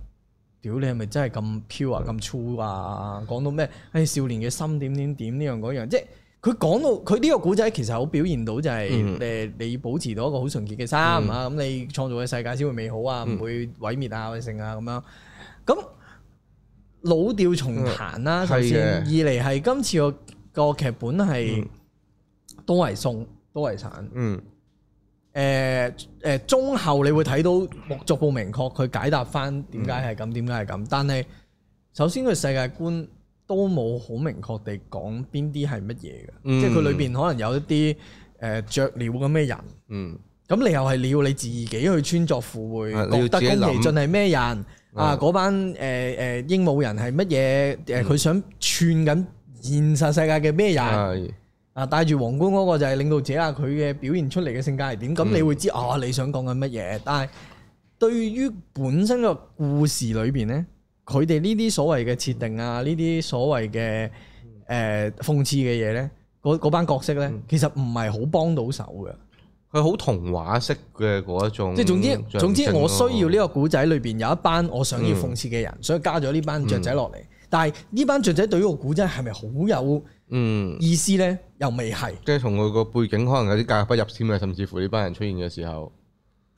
Speaker 2: 屌你係咪真係咁 pure
Speaker 1: 嗯
Speaker 2: 啊，咁粗啊？講到咩？誒、少年嘅心點點點呢樣嗰樣，即係佢講到佢呢個古仔其實好表現到就係、
Speaker 1: 嗯
Speaker 2: 誒你保持到一個好純潔嘅心啊，咁、你創造嘅世界先會美好啊，唔、
Speaker 1: 嗯
Speaker 2: 會毀滅啊或者剩啊咁樣。咁老調重彈啦，
Speaker 1: 嗯
Speaker 2: 首
Speaker 1: 係嘅
Speaker 2: 先二嚟係今次個個劇本係、都係送都係散。
Speaker 1: 嗯
Speaker 2: 誒誒中後你會睇到逐步明確佢解答翻點解係咁，點解係咁。但係首先佢世界觀都冇好明確地講邊啲係乜嘢嘅，
Speaker 1: 嗯
Speaker 2: 即係佢裏邊可能有一啲誒雀鳥咁嘅人。
Speaker 1: 嗯
Speaker 2: 咁你又係你要你自己去穿鑿附會，
Speaker 1: 啊你要
Speaker 2: 覺得
Speaker 1: 自己
Speaker 2: 宮
Speaker 1: 諗
Speaker 2: 崎駿係咩人啊？嗰班誒誒鸚鵡人係乜嘢？誒佢想串緊現實世界嘅咩人？
Speaker 1: 係
Speaker 2: 啊戴住皇冠嗰個就係領導者啊，佢嘅表現出嚟嘅性格係點，咁你會知啊你想講緊乜嘢。但係對於本身個故事裏邊咧，佢哋呢啲所謂嘅設定啊，呢啲所謂嘅誒諷刺嘅嘢咧，嗰嗰班角色咧，其實唔係好幫到手嘅。
Speaker 1: 佢好童話式嘅嗰一種
Speaker 2: 即係
Speaker 1: 象
Speaker 2: 總
Speaker 1: 徵咯，
Speaker 2: 之總之，我
Speaker 1: 啊
Speaker 2: 需要呢個古仔裏邊有一班我想要諷刺嘅人，所以加咗呢班雀仔落嚟。但係呢班雀仔對於個古仔係咪好有
Speaker 1: 嗯，
Speaker 2: 意思咧？又未係。
Speaker 1: 即係同佢個背景可能有啲格格不入添啊，甚至乎呢班人出現嘅時候，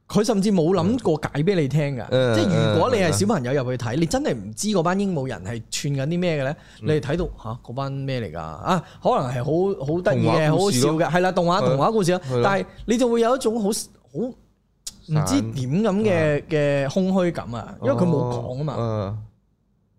Speaker 2: 佢甚至冇諗過解俾你聽㗎，
Speaker 1: 嗯
Speaker 2: 即係如果你係
Speaker 1: 嗯
Speaker 2: 小朋友入去睇，你真係唔知嗰班鸚鵡人係串緊啲咩嘅咧，
Speaker 1: 嗯
Speaker 2: 你係睇到吓嗰班咩嚟㗎啊？可能係好好得意
Speaker 1: 童話
Speaker 2: 嘅，好好
Speaker 1: 故事
Speaker 2: 笑
Speaker 1: 咯
Speaker 2: 嘅，係啦，動畫
Speaker 1: 係
Speaker 2: 動畫故事咯
Speaker 1: 係咯。
Speaker 2: 但係你就會有一種好好唔知
Speaker 1: 散嗯哦
Speaker 2: 點咁嘅嘅空虛感啊，因為佢冇講啊嘛。
Speaker 1: 嘛。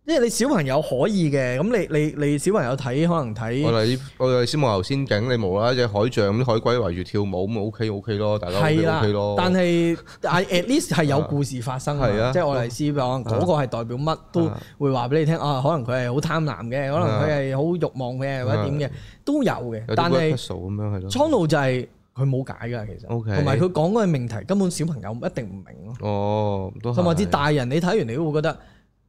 Speaker 2: 因為你小朋友可以嘅，咁你你你小朋友睇可能睇
Speaker 1: 我哋我哋先望牛先景，你無啦啦只海象啲海龜圍住跳舞咁，OK OK 咯，大家 OK
Speaker 2: 係啦
Speaker 1: OK 咯。，
Speaker 2: 但係但係 at least 係有故事發生啊
Speaker 1: 係啊
Speaker 2: 即係愛麗絲講嗰個係代表乜都會話俾你聽啊，可能佢係好貪婪嘅，可能佢係好慾望嘅或者點嘅都有嘅，
Speaker 1: 啊有啲
Speaker 2: 但
Speaker 1: word
Speaker 2: 係
Speaker 1: puzzle 咁樣係咯。
Speaker 2: 蒼鷺就係佢冇解㗎，其實
Speaker 1: OK
Speaker 2: 同埋佢講嗰個命題根本小朋友一定唔明咯，
Speaker 1: 哦，都係
Speaker 2: 甚至大人你睇完你都會覺得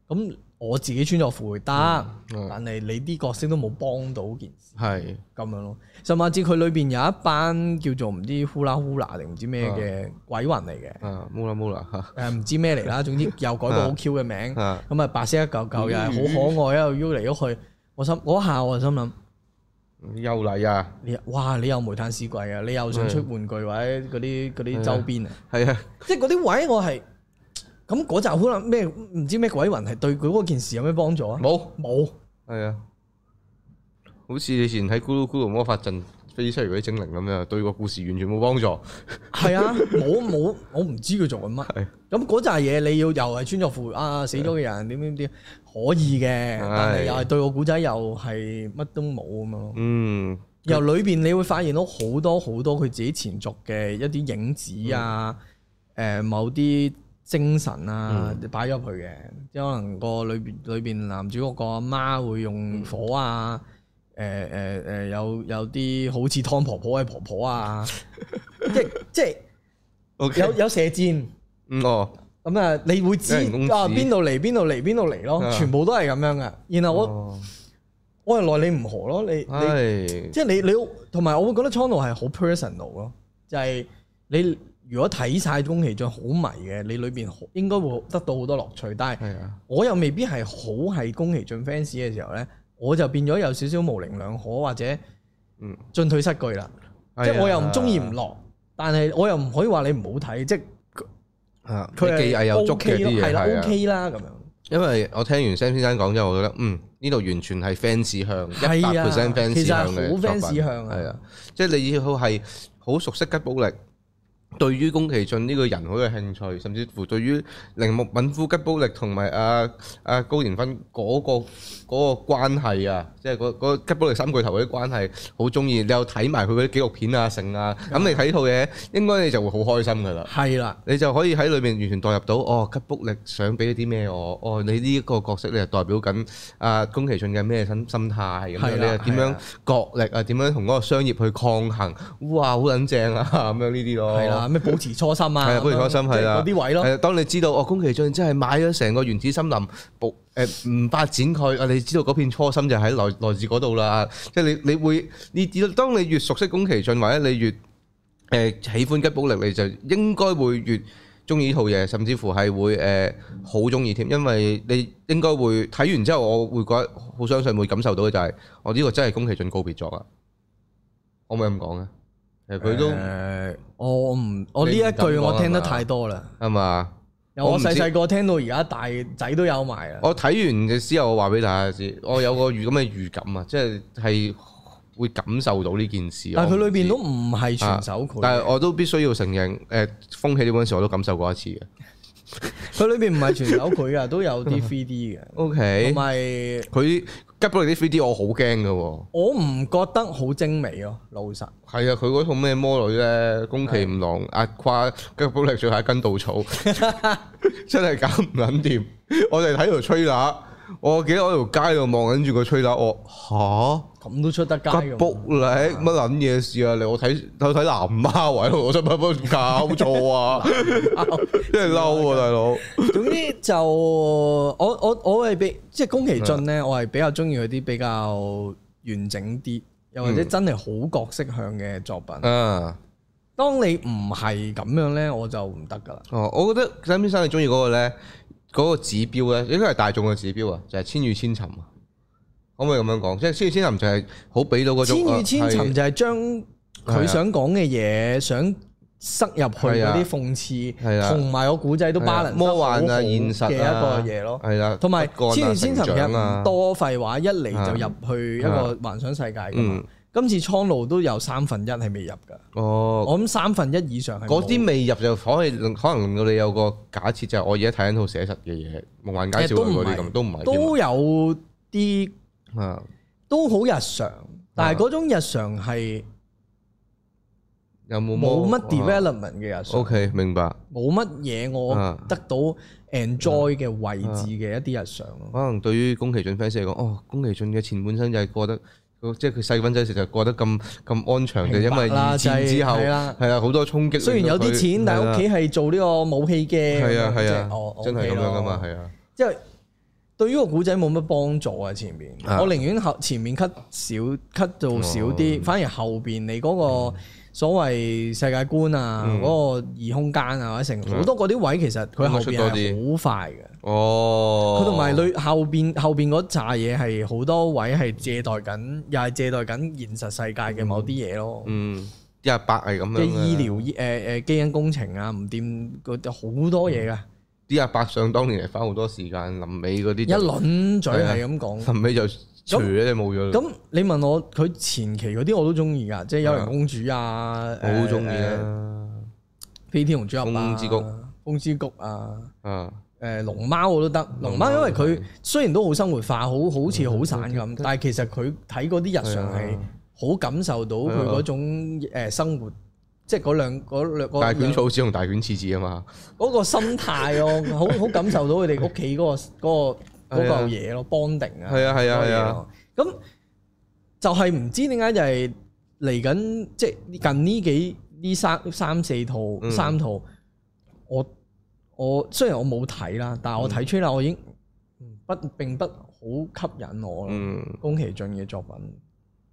Speaker 2: 咁我自己穿作褲會得，
Speaker 1: 嗯
Speaker 2: 但係你啲角色都冇幫到件事。
Speaker 1: 係
Speaker 2: 咁樣咯。甚至佢裏邊有一班叫做唔知呼啦呼啦定唔知咩嘅鬼魂嚟嘅，
Speaker 1: 啊，冇啦冇啦嚇
Speaker 2: 誒唔知咩嚟 啦，總之又改個好 Q 嘅名，
Speaker 1: 啊
Speaker 2: 咁啊白色一嚿嚿又係好可愛喺度喐嚟喐去。我心嗰下我心諗，
Speaker 1: 又嚟啊！
Speaker 2: 你哇你有煤炭屎櫃啊，你又想出玩具或者嗰啲嗰啲周邊啊，
Speaker 1: 嗯係啊，
Speaker 2: 即係嗰啲位我係咁嗰集可能咩唔知咩鬼魂係對佢嗰件事有咩幫助啊？
Speaker 1: 冇
Speaker 2: 冇。
Speaker 1: 係啊，好似以前喺咕嚕咕嚕魔法陣飛出嚟嗰啲精靈咁樣，對個故事完全冇幫助。
Speaker 2: 係啊， 冇冇，我唔知佢做緊乜
Speaker 1: 係。
Speaker 2: 咁嗰扎嘢你要又係穿作褲啊，死咗嘅人點點點可以嘅，但係又係對個古仔又係乜都冇咁樣咯。
Speaker 1: 嗯，
Speaker 2: 由裏邊你會發現到好多好多佢自己前作嘅一啲影子啊，誒、某啲精神啊擺咗入去嘅，即係可能個裏邊裏邊男主角個阿媽會用火啊。誒誒誒，有有啲好似湯婆婆嘅婆婆 啊，即即係
Speaker 1: OK
Speaker 2: 有有射箭，
Speaker 1: 嗯哦，
Speaker 2: 咁啊，你會知
Speaker 1: 有人公子
Speaker 2: 啊邊度嚟邊度嚟邊度嚟咯，
Speaker 1: 啊
Speaker 2: 全部都係咁樣嘅。啊然後我
Speaker 1: 哦
Speaker 2: 我係奈你唔何咯，你你
Speaker 1: 係
Speaker 2: 即係你你同埋我會覺得 channel 係好 personal 咯，就係你如果睇晒宮崎駿好迷嘅，你裏邊好應該會得到好多樂趣。但係
Speaker 1: 係啊，
Speaker 2: 我又未必係好係宮崎駿 fans 嘅時候咧，我就變咗有少少模棱兩可或者
Speaker 1: 嗯哎
Speaker 2: 進退失據啦。即係我又唔中意唔落，但係我又唔可以話你唔好睇，即係
Speaker 1: 啊，
Speaker 2: 佢
Speaker 1: 佢技藝有足嘅
Speaker 2: OK
Speaker 1: 啲
Speaker 2: 咯，
Speaker 1: 嘢
Speaker 2: 係啦
Speaker 1: 係啊。
Speaker 2: OK 啦咁樣。
Speaker 1: 因為我聽完 Sam 先生講之後，我覺得嗯呢度完全係 fans 向，一百
Speaker 2: 係啊
Speaker 1: percent fans
Speaker 2: 其實係
Speaker 1: 向嘅
Speaker 2: 好 fans
Speaker 1: 作品
Speaker 2: 向啊
Speaker 1: 係啊，即係你要係好熟悉吉卜力，對於宮崎駿呢個人好有興趣，甚至乎對於鈴木敏夫吉卜力同埋阿阿高賢勳嗰個嗰個關係啊，即係嗰嗰吉卜力三巨頭嗰啲關係好中意，你又睇埋佢嗰啲紀錄片啊、成啊，咁你睇套嘢應該你就會好開心噶啦。
Speaker 2: 係啦，
Speaker 1: 你就可以喺裏面完全代入到哦吉卜力想俾啲咩我，哦你呢個角色你係代表緊啊宮崎駿嘅咩心心態咁樣，
Speaker 2: 係啦
Speaker 1: 你係點
Speaker 2: 係
Speaker 1: 樣
Speaker 2: 啦
Speaker 1: 角力啊，點樣同嗰個商業去抗衡，哇好撚正啊咁樣呢啲咯。
Speaker 2: 係啦，咩保持初心啊，
Speaker 1: 係啊，不如開心
Speaker 2: 咁樣
Speaker 1: 係啦，
Speaker 2: 即係嗰啲位咯，
Speaker 1: 係啊，當你知道哦，宮崎駿真係買咗成個原始森林，保誒唔發展佢啊，你知道嗰片初心就喺來來自嗰度啦。即係你你會你你當你越熟悉宮崎駿，或者你越誒、呃喜歡吉卜力，你就應該會越。中意呢套嘢，甚至乎係會誒好中意添，因為你應該會睇完之後，我會覺得好相信會感受到嘅就係、我呢個真係宮崎駿告別作啊！可唔可以咁講啊？誒佢都
Speaker 2: 誒，我唔，我呢一
Speaker 1: 你唔敢
Speaker 2: 句
Speaker 1: 講
Speaker 2: 我聽得
Speaker 1: 係嘛
Speaker 2: 太多啦，
Speaker 1: 係嘛？
Speaker 2: 由我
Speaker 1: 我唔知哦
Speaker 2: 細細個聽到而家大仔都有埋啊，
Speaker 1: 我睇完嘅之後，我話俾大家知，我有個預咁嘅預感啊，即係係會感受到呢件事。
Speaker 2: 但係
Speaker 1: 我唔
Speaker 2: 佢裏
Speaker 1: 知
Speaker 2: 邊
Speaker 1: 啊
Speaker 2: 都唔係全手佢，
Speaker 1: 但係我都必須要承認，誒、風起呢嗰陣時，我都感受過一次嘅。
Speaker 2: 佢裏邊唔係全手佢 噶，都有啲 3D 嘅，
Speaker 1: O
Speaker 2: 哦同
Speaker 1: K，
Speaker 2: 埋
Speaker 1: 佢吉卜力啲 3D 我好驚嘅喎。
Speaker 2: 我唔覺得好精美咯，老實。
Speaker 1: 係啊，佢嗰套咩魔女咧，宮崎吾郎壓垮吉卜 力最後一根稻草，真係搞唔撚掂。我哋睇條吹喇，我記得我條街度望緊住個吹打，我吓
Speaker 2: 咁啊都出得街
Speaker 1: 吉
Speaker 2: 㗎
Speaker 1: 卜
Speaker 2: 喎。
Speaker 1: 力乜撚嘢事啊！你我睇我睇南媽位，我真係乜搞錯啊！真係嬲啊，大佬！
Speaker 2: 總之就我我我係比即係宮崎駿
Speaker 1: 嗯
Speaker 2: 咧，我係比較中意佢啲比較完整啲，又或者
Speaker 1: 嗯
Speaker 2: 真係好角色向嘅作品。
Speaker 1: 啊，
Speaker 2: 當你唔係咁樣咧，我就唔得噶啦。
Speaker 1: 哦，我覺得沈先生你中意嗰個咧，嗰個指標咧，應該係大眾嘅指標啊，就係千與千尋啊，可唔可以咁樣講？即係千與千尋就係好俾到嗰種啊
Speaker 2: 千與千尋
Speaker 1: 係啊
Speaker 2: 就係將佢想講嘅嘢，想塞入去
Speaker 1: 係
Speaker 2: 嗰
Speaker 1: 啊
Speaker 2: 啲諷刺
Speaker 1: 係啊，
Speaker 2: 同埋個古仔都
Speaker 1: 係啊
Speaker 2: balance
Speaker 1: 魔幻啊
Speaker 2: 得好好
Speaker 1: 現實啊
Speaker 2: 嘅一個嘢咯。
Speaker 1: 係啦，
Speaker 2: 同埋
Speaker 1: 骨幹啊
Speaker 2: 《千與千尋》其
Speaker 1: 成
Speaker 2: 實
Speaker 1: 長
Speaker 2: 唔
Speaker 1: 啊
Speaker 2: 多廢話，一嚟就入去一個幻想世界噶嘛
Speaker 1: 嗯。
Speaker 2: 今次蒼鷺都有三分一係未入噶，
Speaker 1: 哦，
Speaker 2: 我諗三分一以上係冇
Speaker 1: 嗰啲未入就可以令可能令到你有個假設，就係我而家睇緊套寫實嘅嘢，夢幻街少女嗰啲
Speaker 2: 誒
Speaker 1: 咁都唔係添
Speaker 2: 都有啲
Speaker 1: 啊，
Speaker 2: 都好日常，但係嗰種日常係
Speaker 1: 有冇
Speaker 2: 冇乜
Speaker 1: develop。
Speaker 2: development 嘅日常
Speaker 1: O。K，明白。
Speaker 2: 冇乜嘢我
Speaker 1: 啊
Speaker 2: 得到 enjoy 嘅位置嘅一啲日常咯。
Speaker 1: 可能對於宮崎駿 fans 嚟講，哦，宮崎駿嘅前半生就係過得，即係佢細蚊仔時就過得咁咁安詳嘅，
Speaker 2: 明
Speaker 1: 因
Speaker 2: 白
Speaker 1: 為
Speaker 2: 啦
Speaker 1: 二
Speaker 2: 就
Speaker 1: 戰
Speaker 2: 係
Speaker 1: 之後
Speaker 2: 係啦
Speaker 1: 係啦，好多衝擊。
Speaker 2: 雖然有啲錢，但係屋企
Speaker 1: 係
Speaker 2: 係做呢個武器嘅。
Speaker 1: 係啊係
Speaker 2: 咁樣即係哦
Speaker 1: 啊，真係咁樣噶嘛，。
Speaker 2: OK 咯
Speaker 1: 係啊，
Speaker 2: 即係對於個古仔冇乜幫助啊！前面
Speaker 1: 啊
Speaker 2: 我寧願後前面 cut 少 cut 到少
Speaker 1: 哦
Speaker 2: 啲，反而後邊你嗰個所謂世界觀啊，
Speaker 1: 嗯
Speaker 2: 嗰個異空間啊，或者成
Speaker 1: 嗯
Speaker 2: 好多嗰啲位，其實佢後
Speaker 1: 應該出
Speaker 2: 邊
Speaker 1: 多啲
Speaker 2: 係好快嘅。
Speaker 1: 哦，
Speaker 2: 佢同埋裏後邊後邊嗰扎嘢係好多位係借代緊，又係借代緊現實世界嘅某啲嘢咯，
Speaker 1: 嗯，一阿伯係咁樣
Speaker 2: 即係
Speaker 1: 嘅
Speaker 2: 醫療醫誒誒基因工程啊，唔掂嗰啲好多嘢噶，
Speaker 1: 啲阿伯想當年係花好多時間，臨尾嗰啲
Speaker 2: 一
Speaker 1: 就
Speaker 2: 輪嘴
Speaker 1: 啊
Speaker 2: 係咁講。
Speaker 1: 臨尾就除咗你冇咗啦。
Speaker 2: 咁你問我佢前期嗰啲我都中意㗎，即係《幽靈公主》啊，
Speaker 1: 我好中意
Speaker 2: 誒誒
Speaker 1: 啦，
Speaker 2: 飛天紅豬俠啊，
Speaker 1: 風之谷
Speaker 2: 風之谷啊。
Speaker 1: 啊，
Speaker 2: 誒龍貓我都得，龍貓因為佢雖然都好生活化，好好似好散咁，但係其實佢睇嗰啲日常係啊好感受到佢嗰種誒生活，即係嗰兩嗰兩
Speaker 1: 大
Speaker 2: 嗰
Speaker 1: 卷
Speaker 2: 兩
Speaker 1: 草紙同大卷廁紙啊嘛，
Speaker 2: 嗰個心態咯，好好感受到佢哋屋企嗰個嗰個嗰嚿嘢咯，bonding 啊，
Speaker 1: 啊係啊係啊係啊
Speaker 2: 嗰個嘢咯，咁就係唔知點解就係嚟緊即係近呢幾呢三三四套
Speaker 1: 嗯
Speaker 2: 三套，我我雖然我冇睇啦，但係
Speaker 1: 嗯
Speaker 2: 我睇出啦，我已經不並不好吸引我啦，
Speaker 1: 嗯，
Speaker 2: 宮崎駿嘅作品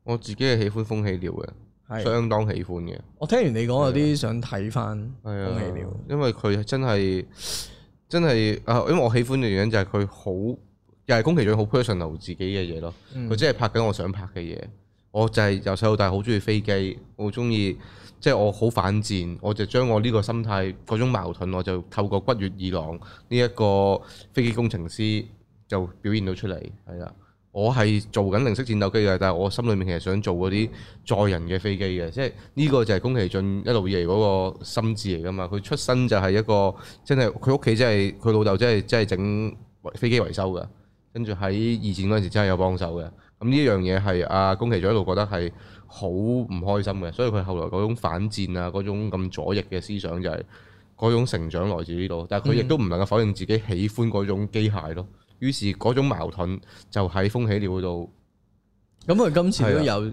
Speaker 1: 我自己係喜歡風起了嘅，
Speaker 2: 係，
Speaker 1: 相當喜歡嘅。
Speaker 2: 我聽完你講有啲想睇翻
Speaker 1: 系啊
Speaker 2: 宮崎了，，
Speaker 1: 因為佢真係真係啊，因為我喜歡嘅原因就係佢好又係宮崎駿好 personal 自己嘅嘢咯。
Speaker 2: 嗯
Speaker 1: 佢真係拍緊我想拍嘅嘢。我就係由細到大好中意飛機，好中意即係我好反戰，我就將我呢個心態嗰種矛盾，我就透過骨月二郎呢一個飛機工程師就表現到出嚟，係啦。我係做緊零式戰鬥機嘅，但係我心裏面其實想做嗰啲載人嘅飛機嘅，即係呢個就係宮崎駿一路以嚟嗰個心智嚟噶嘛。佢出身就係一個真係佢屋企真係佢老豆真係真係整飛機維修嘅，跟住喺二戰嗰陣時真係有幫手嘅。咁呢一樣嘢係阿宮崎駿一路覺得係好唔開心嘅，所以佢後來嗰種反戰啊，嗰種咁左翼嘅思想就係嗰種成長來自呢度，但係佢亦都唔能夠否認自己喜歡嗰種機械咯。於是嗰種矛盾就喺風起了嗰度，
Speaker 2: 咁佢今次
Speaker 1: 係
Speaker 2: 都
Speaker 1: 啊
Speaker 2: 有，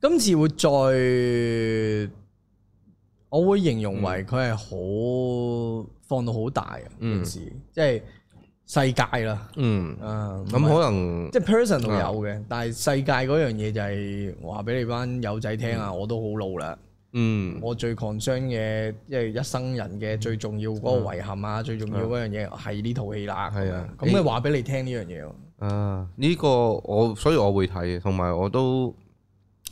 Speaker 2: 今次會再，我會形容為佢係好放到好大啊！
Speaker 1: 嗯
Speaker 2: 件事即係世界啦，
Speaker 1: 嗯，
Speaker 2: 啊，
Speaker 1: 咁可能啊
Speaker 2: 即係 personal 有嘅，但係世界嗰樣嘢就係我話俾你班友仔聽啊，我都好老啦，
Speaker 1: 嗯
Speaker 2: 我最 concern 嘅，即係一生人嘅最重要嗰個遺憾啊，最重要嗰樣嘢係呢套戲啦，咁
Speaker 1: 嗯係啊
Speaker 2: 樣咁你話俾你聽呢樣嘢喎，
Speaker 1: 啊呢、個我所以我會睇，同埋我都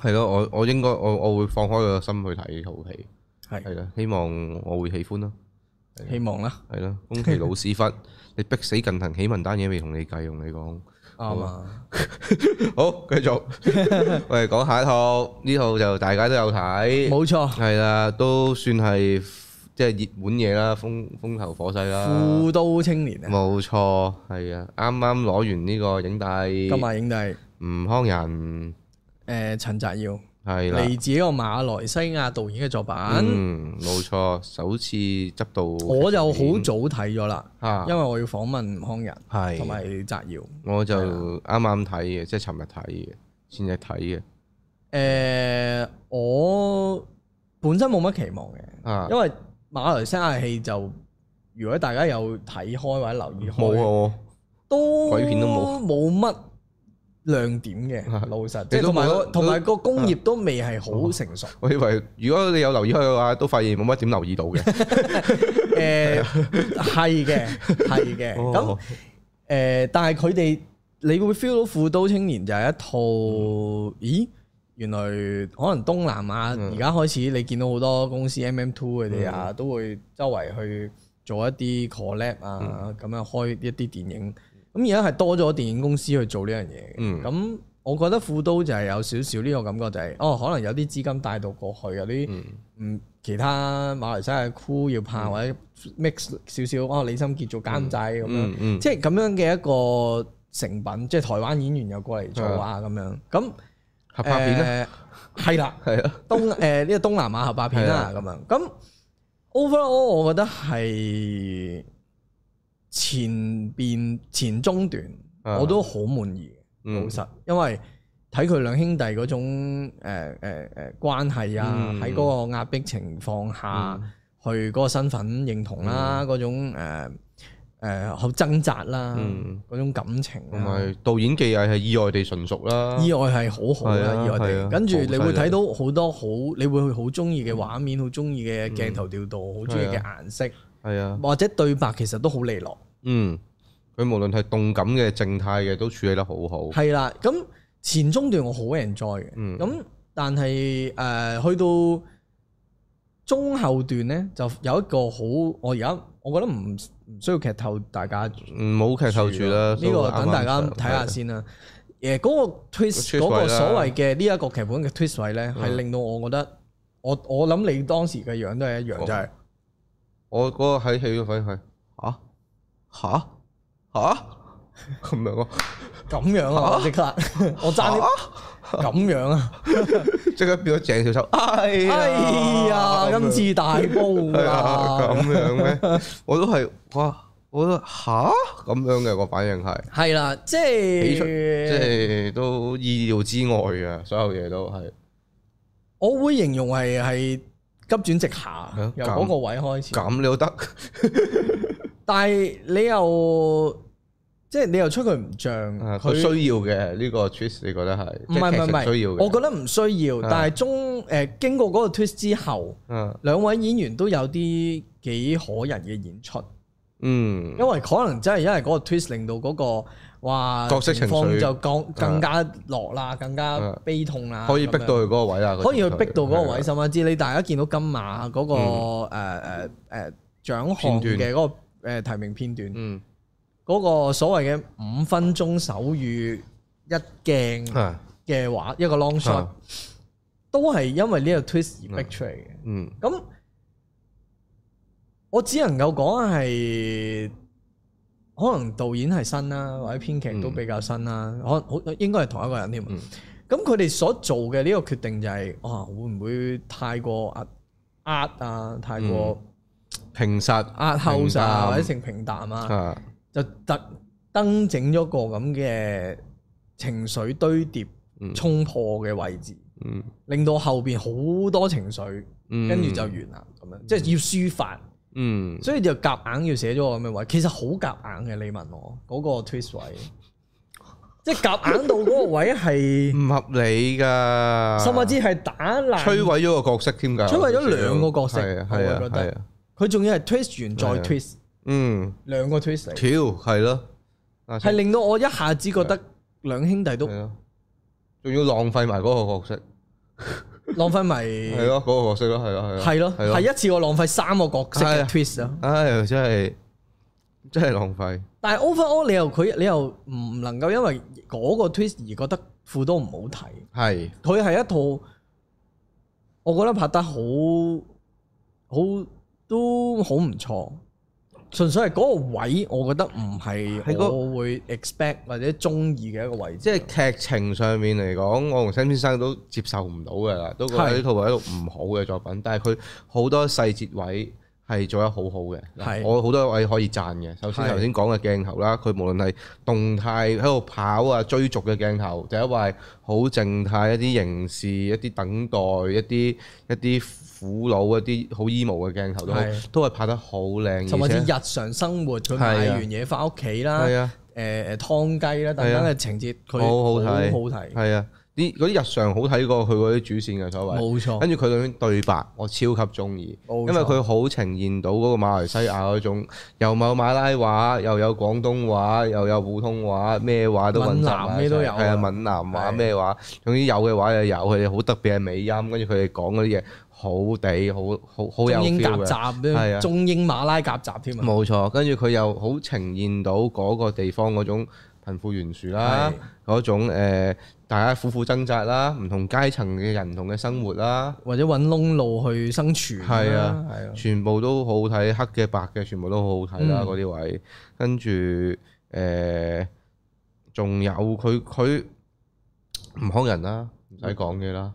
Speaker 1: 係咯，我我應該我我會放開個心去睇呢套戲，
Speaker 2: 係
Speaker 1: 係啦，希望我會喜歡咯。
Speaker 2: 希望啦，
Speaker 1: 係咯，宮崎老屎忽，你逼死近藤喜文單嘢未同你計，同你 講。
Speaker 2: 啱啊，
Speaker 1: 好， 繼續，我哋講下一套，呢套就大家都有睇，
Speaker 2: 冇錯。
Speaker 1: 係啦，都算係即係熱門嘢啦，風風頭火勢啦，
Speaker 2: 富都青年啊，
Speaker 1: 冇錯，係啊，啱啱攞完呢個影帝，
Speaker 2: 今日影帝呃
Speaker 1: 吳康仁，
Speaker 2: 誒陳澤耀，
Speaker 1: 係啦，
Speaker 2: 嚟自一個馬來西亞導演嘅作品。
Speaker 1: 嗯，冇錯，首次執到
Speaker 2: 我就好
Speaker 1: 片
Speaker 2: 早睇咗啦，
Speaker 1: 啊
Speaker 2: 因為我要訪問吳康仁
Speaker 1: 係
Speaker 2: 同埋摘耀。
Speaker 1: 我就啱啱睇嘅，即係尋日睇嘅，前日睇嘅
Speaker 2: 誒，呃我本身冇乜期望嘅，
Speaker 1: 啊，
Speaker 2: 因為馬來西亞戲就如果大家有睇開或者留意
Speaker 1: 冇啊
Speaker 2: 開，
Speaker 1: 我，
Speaker 2: 都
Speaker 1: 鬼片都冇
Speaker 2: 冇乜亮點 嘅，老實即係
Speaker 1: 你都啊哦冇
Speaker 2: 同埋個
Speaker 1: 得
Speaker 2: 同埋個工業都未係好成熟。
Speaker 1: 我以為如果你有留意開嘅話，都發現冇乜點留意到嘅。
Speaker 2: 誒呃 係嘅，係嘅。 咁
Speaker 1: 哦
Speaker 2: 誒、但係佢哋你會 feel 到《富都青年》就係一套，
Speaker 1: 嗯
Speaker 2: 咦？原來可能東南亞而家開始，你見到好多公司 MM Two 佢哋啊，
Speaker 1: 嗯
Speaker 2: 都會周圍去做一啲 collab
Speaker 1: 嗯
Speaker 2: 啊，咁、樣開一啲電影。咁而家係多咗電影公司去做呢樣嘢
Speaker 1: 嗯
Speaker 2: 嘅。咁、我覺得富都就係有少少呢個感覺、就係哦，可能有啲資金帶到過去，有啲嗯其他馬來西亞 crew 要拍、
Speaker 1: 嗯
Speaker 2: 或者 mix 少少哦，李心潔做監製咁樣。
Speaker 1: 嗯嗯，
Speaker 2: 即係咁樣嘅一個成品，即係台灣演員又過嚟做啊咁樣。咁
Speaker 1: 合拍片咧，
Speaker 2: 咧，係啦，
Speaker 1: 係啊，
Speaker 2: 東 誒呢個東南亞合拍片啦咁樣。咁 overall 我覺得係前邊前中段
Speaker 1: 啊
Speaker 2: 我都好滿意嘅，
Speaker 1: 嗯
Speaker 2: 老實，因為睇佢兩兄弟嗰種誒誒誒關係啊，
Speaker 1: 嗯
Speaker 2: 喺嗰個壓迫情況下。去嗰個身份認同啦，嗰、種誒誒好掙扎啦，
Speaker 1: 嗯
Speaker 2: 嗰、種感情
Speaker 1: 同
Speaker 2: 啦，
Speaker 1: 埋導演技藝係意外地純熟啦。
Speaker 2: 啊意外係好好
Speaker 1: 係啊
Speaker 2: 啦，意外
Speaker 1: 係啊
Speaker 2: 地。跟住你
Speaker 1: 好
Speaker 2: 會
Speaker 1: 犀利
Speaker 2: 睇到好多好，你會好中意嘅畫面，好中意嘅鏡頭調度，好中意
Speaker 1: 嗯係
Speaker 2: 嘅
Speaker 1: 啊
Speaker 2: 顏色，
Speaker 1: 係啊，
Speaker 2: 或者對白其實都好利落。
Speaker 1: 嗯，佢無論係動感嘅、靜態嘅，都處理得好好。
Speaker 2: 係啦，咁前中段我好 enjoy 嘅，咁、
Speaker 1: 嗯
Speaker 2: 但係誒、呃去到中後段咧，就有一個好，我而家我覺得唔唔需要劇透大家
Speaker 1: 嗯，冇劇透住啦，
Speaker 2: 呢
Speaker 1: 都
Speaker 2: 個
Speaker 1: 啱啱
Speaker 2: 等大家
Speaker 1: 上
Speaker 2: 睇下。先啦。誒嗰個 twist
Speaker 1: twist
Speaker 2: 嗰
Speaker 1: 位
Speaker 2: 個
Speaker 1: 啦嗯
Speaker 2: 所謂嘅呢一個劇本嘅 twist 位咧，係令到我覺得我我諗你當時嘅樣都係一樣，
Speaker 1: 哦
Speaker 2: 就係
Speaker 1: 我嗰個喺戲嗰份係吓吓吓咁樣咯，
Speaker 2: 咁樣啊！我 即刻我爭
Speaker 1: 啊
Speaker 2: 啲咁樣啊！
Speaker 1: 即刻變咗鄭少秋。 哎呀，
Speaker 2: 哎呀，今次大煲
Speaker 1: 係啊
Speaker 2: 啦！
Speaker 1: 咁樣咩？我都係哇，我都吓咁樣嘅個反應係，
Speaker 2: 係啦，即
Speaker 1: 喜出即
Speaker 2: 係
Speaker 1: 係都意料之外嘅，所有嘢都係。
Speaker 2: 我會形容係係急轉直下
Speaker 1: 啊，
Speaker 2: 由
Speaker 1: 咁
Speaker 2: 嗰個位開始。
Speaker 1: 咁你都得，
Speaker 2: 但係你又即係你又吹佢唔漲，
Speaker 1: 啊佢需要嘅呢個 twist，你覺得係？
Speaker 2: 唔係唔係唔
Speaker 1: 係需要
Speaker 2: 係，
Speaker 1: 嘅。
Speaker 2: 我覺得唔需要。
Speaker 1: 啊
Speaker 2: 但係中誒、呃、經過嗰個 twist 之後，
Speaker 1: 嗯
Speaker 2: 兩位演員都有啲幾可人嘅演出，
Speaker 1: 嗯
Speaker 2: 因為可能真係因為嗰個 twist 令到嗰、個哇
Speaker 1: 角色情緒
Speaker 2: 況就更更加落啦，更加
Speaker 1: 啊
Speaker 2: 悲痛啦，
Speaker 1: 可以逼
Speaker 2: 咁樣
Speaker 1: 到佢嗰個位啦，
Speaker 2: 可以去逼到嗰個位，
Speaker 1: 係啊嗯
Speaker 2: 甚至你大家見到金馬嗰、個誒誒誒獎項
Speaker 1: 片
Speaker 2: 嘅嗰個誒提名片段，
Speaker 1: 嗯
Speaker 2: 嗰、個所謂嘅五分鐘手語一鏡。
Speaker 1: 啊
Speaker 2: 嘅話，一個 long shot
Speaker 1: 啊
Speaker 2: 都係因為呢個 twist 而逼出嚟嘅。
Speaker 1: 嗯
Speaker 2: 咁我只能夠講係可能導演係新啦，或者編劇都比較新啦，可能好應該係同一個人添。啊
Speaker 1: 嗯
Speaker 2: 咁佢哋所做嘅呢個決定就係、哇，會唔會太過壓壓啊，太過
Speaker 1: 平實
Speaker 2: 壓後
Speaker 1: 嗯平
Speaker 2: 啊，
Speaker 1: 淡
Speaker 2: 或者成平淡啊？
Speaker 1: 啊
Speaker 2: 就特登整咗個咁嘅情緒堆疊
Speaker 1: 嗯、
Speaker 2: 衝破嘅位置，
Speaker 1: 嗯
Speaker 2: 令到後邊好多情緒，
Speaker 1: 嗯
Speaker 2: 跟住就完啦咁樣，即係要抒發，
Speaker 1: 嗯
Speaker 2: 所以就夾硬要寫咗個咁嘅位，其實好夾硬嘅。你問我嗰、個 twist 位，即係夾硬到嗰個位係，
Speaker 1: 唔合理噶，
Speaker 2: 甚至係打
Speaker 1: 摧
Speaker 2: 爛
Speaker 1: 毀咗個角色添㗎，
Speaker 2: 摧毀咗兩個角色
Speaker 1: 係啊
Speaker 2: 我
Speaker 1: 係啊
Speaker 2: 會覺得
Speaker 1: 係啊，
Speaker 2: 佢，仲要係 twist 完
Speaker 1: 係啊
Speaker 2: 再 twist
Speaker 1: 嗯，
Speaker 2: 兩個 twist 嚟，
Speaker 1: 條係咯，
Speaker 2: 係
Speaker 1: 係
Speaker 2: 令到我一下子覺得兩兄弟都
Speaker 1: 啊係咯，仲要浪費埋嗰個角色，
Speaker 2: 浪費埋。
Speaker 1: 係咯嗰個角色咯，係咯嗯係咯，
Speaker 2: 係咯，
Speaker 1: 係咯
Speaker 2: 係一次過浪費三個角色
Speaker 1: 係
Speaker 2: 嘅
Speaker 1: 啊
Speaker 2: twist 啊！
Speaker 1: 唉真係真係浪費，
Speaker 2: 但係 overall 你又佢你又唔能夠因為嗰個 twist 而覺得副都唔好睇，
Speaker 1: 係
Speaker 2: 佢係一套我覺得拍得好好都好唔錯，純粹係嗰個位，我覺得唔係
Speaker 1: 係個
Speaker 2: 我會 expect 或者中意嘅一個位置。
Speaker 1: 即係劇情上面嚟講，我同 Sam 先生都接受唔到嘅啦，都覺得
Speaker 2: 係
Speaker 1: 呢套係一個唔好嘅作品。但係佢好多細節位係做得好好嘅，嗱
Speaker 2: 係
Speaker 1: 我好多位可以讚嘅。首先
Speaker 2: 係
Speaker 1: 頭先講嘅鏡頭啦，佢無論係動態喺度跑啊追逐嘅鏡頭，就一係好靜態一啲刑事、一啲等待、一啲一啲苦惱、一啲好 emo 嘅鏡頭都好
Speaker 2: 係
Speaker 1: 都係拍得好靚，
Speaker 2: 甚至
Speaker 1: 而且
Speaker 2: 日常生活佢
Speaker 1: 係啊
Speaker 2: 買完嘢翻屋企啦，
Speaker 1: 係
Speaker 2: 誒
Speaker 1: 啊。
Speaker 2: 誒湯雞啦等等嘅情節，佢
Speaker 1: 好好
Speaker 2: 好
Speaker 1: 睇
Speaker 2: 好睇，
Speaker 1: 係啊，啲嗰啲日常好睇過佢嗰啲主線嘅所謂。
Speaker 2: 冇錯，
Speaker 1: 跟住佢裏面對白，我超級中意，因
Speaker 2: 冇錯
Speaker 1: 為佢好呈現到嗰個馬來西亞嗰種，又有馬拉話，又有廣東話，又有普通話，咩話都混雜埋一齊
Speaker 2: 閩南咩都有啊
Speaker 1: 係啊，閩南話
Speaker 2: 係
Speaker 1: 咩話，總之有嘅話就有，佢哋好特別係美音，跟住佢哋講嗰啲嘢好地好好好有
Speaker 2: 中英
Speaker 1: feel
Speaker 2: 夾
Speaker 1: 嘅。係啊
Speaker 2: 雜，中英馬拉夾雜添啊，
Speaker 1: 冇錯，跟住佢又好呈現到嗰個地方嗰種貧富懸殊啦，嗰種、呃、大家苦苦掙扎啦，唔同階層嘅人唔同嘅生活啦，
Speaker 2: 或者揾窿路去生存啦，
Speaker 1: 係啊
Speaker 2: 係啊，
Speaker 1: 全部都好睇，黑嘅白嘅全部都好好睇啦，
Speaker 2: 嗯
Speaker 1: 嗰啲、位，跟住誒仲有佢佢吳康仁啦，唔使講嘅啦，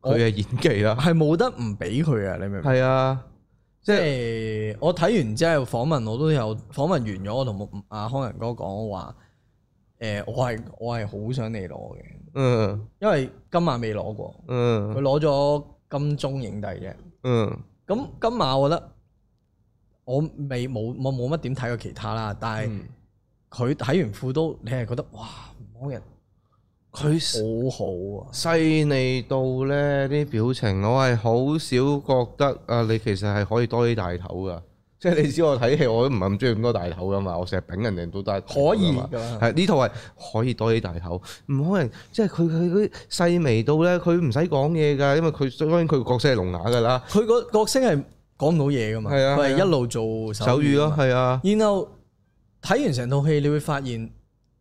Speaker 1: 佢
Speaker 2: 我
Speaker 1: 嘅演技啦，
Speaker 2: 係冇得唔俾佢啊，你明唔明？
Speaker 1: 係啊，即
Speaker 2: 即
Speaker 1: 係
Speaker 2: 係我睇完之後訪問，我都有訪問完咗，我同阿康仁哥講我話，誒我係我係好想你攞嘅，
Speaker 1: 嗯
Speaker 2: 因為今晚未攞過，佢
Speaker 1: 嗯
Speaker 2: 攞咗金鐘影帝啫。
Speaker 1: 嗯
Speaker 2: 咁今晚我覺得我未冇我冇乜點睇過其他啦，但係
Speaker 1: 嗯，
Speaker 2: 佢睇完副都，你係覺得哇，吳康仁
Speaker 1: 佢。
Speaker 2: 好好啊，
Speaker 1: 細膩到呢啲表情，我係好少覺得啊！你其實係可以多啲大頭噶， 即係你知我睇戲，我都唔係咁中意咁多大頭噶嘛，我成日丙人哋都大頭
Speaker 2: 可
Speaker 1: 㗎
Speaker 2: 以
Speaker 1: 嘛
Speaker 2: 㗎，
Speaker 1: 啊係呢套係可以多啲大口，唔可能即係佢佢佢細微到咧，佢唔使講嘢㗎，因為佢當然佢個角色係聾啞㗎啦，
Speaker 2: 佢個角色係講唔到嘢㗎嘛，
Speaker 1: 係啊
Speaker 2: 佢
Speaker 1: 係
Speaker 2: 係
Speaker 1: 啊
Speaker 2: 一路做
Speaker 1: 手語
Speaker 2: 㗎嘛
Speaker 1: 咯，係啊，
Speaker 2: 然後睇完成套戲，你會發現，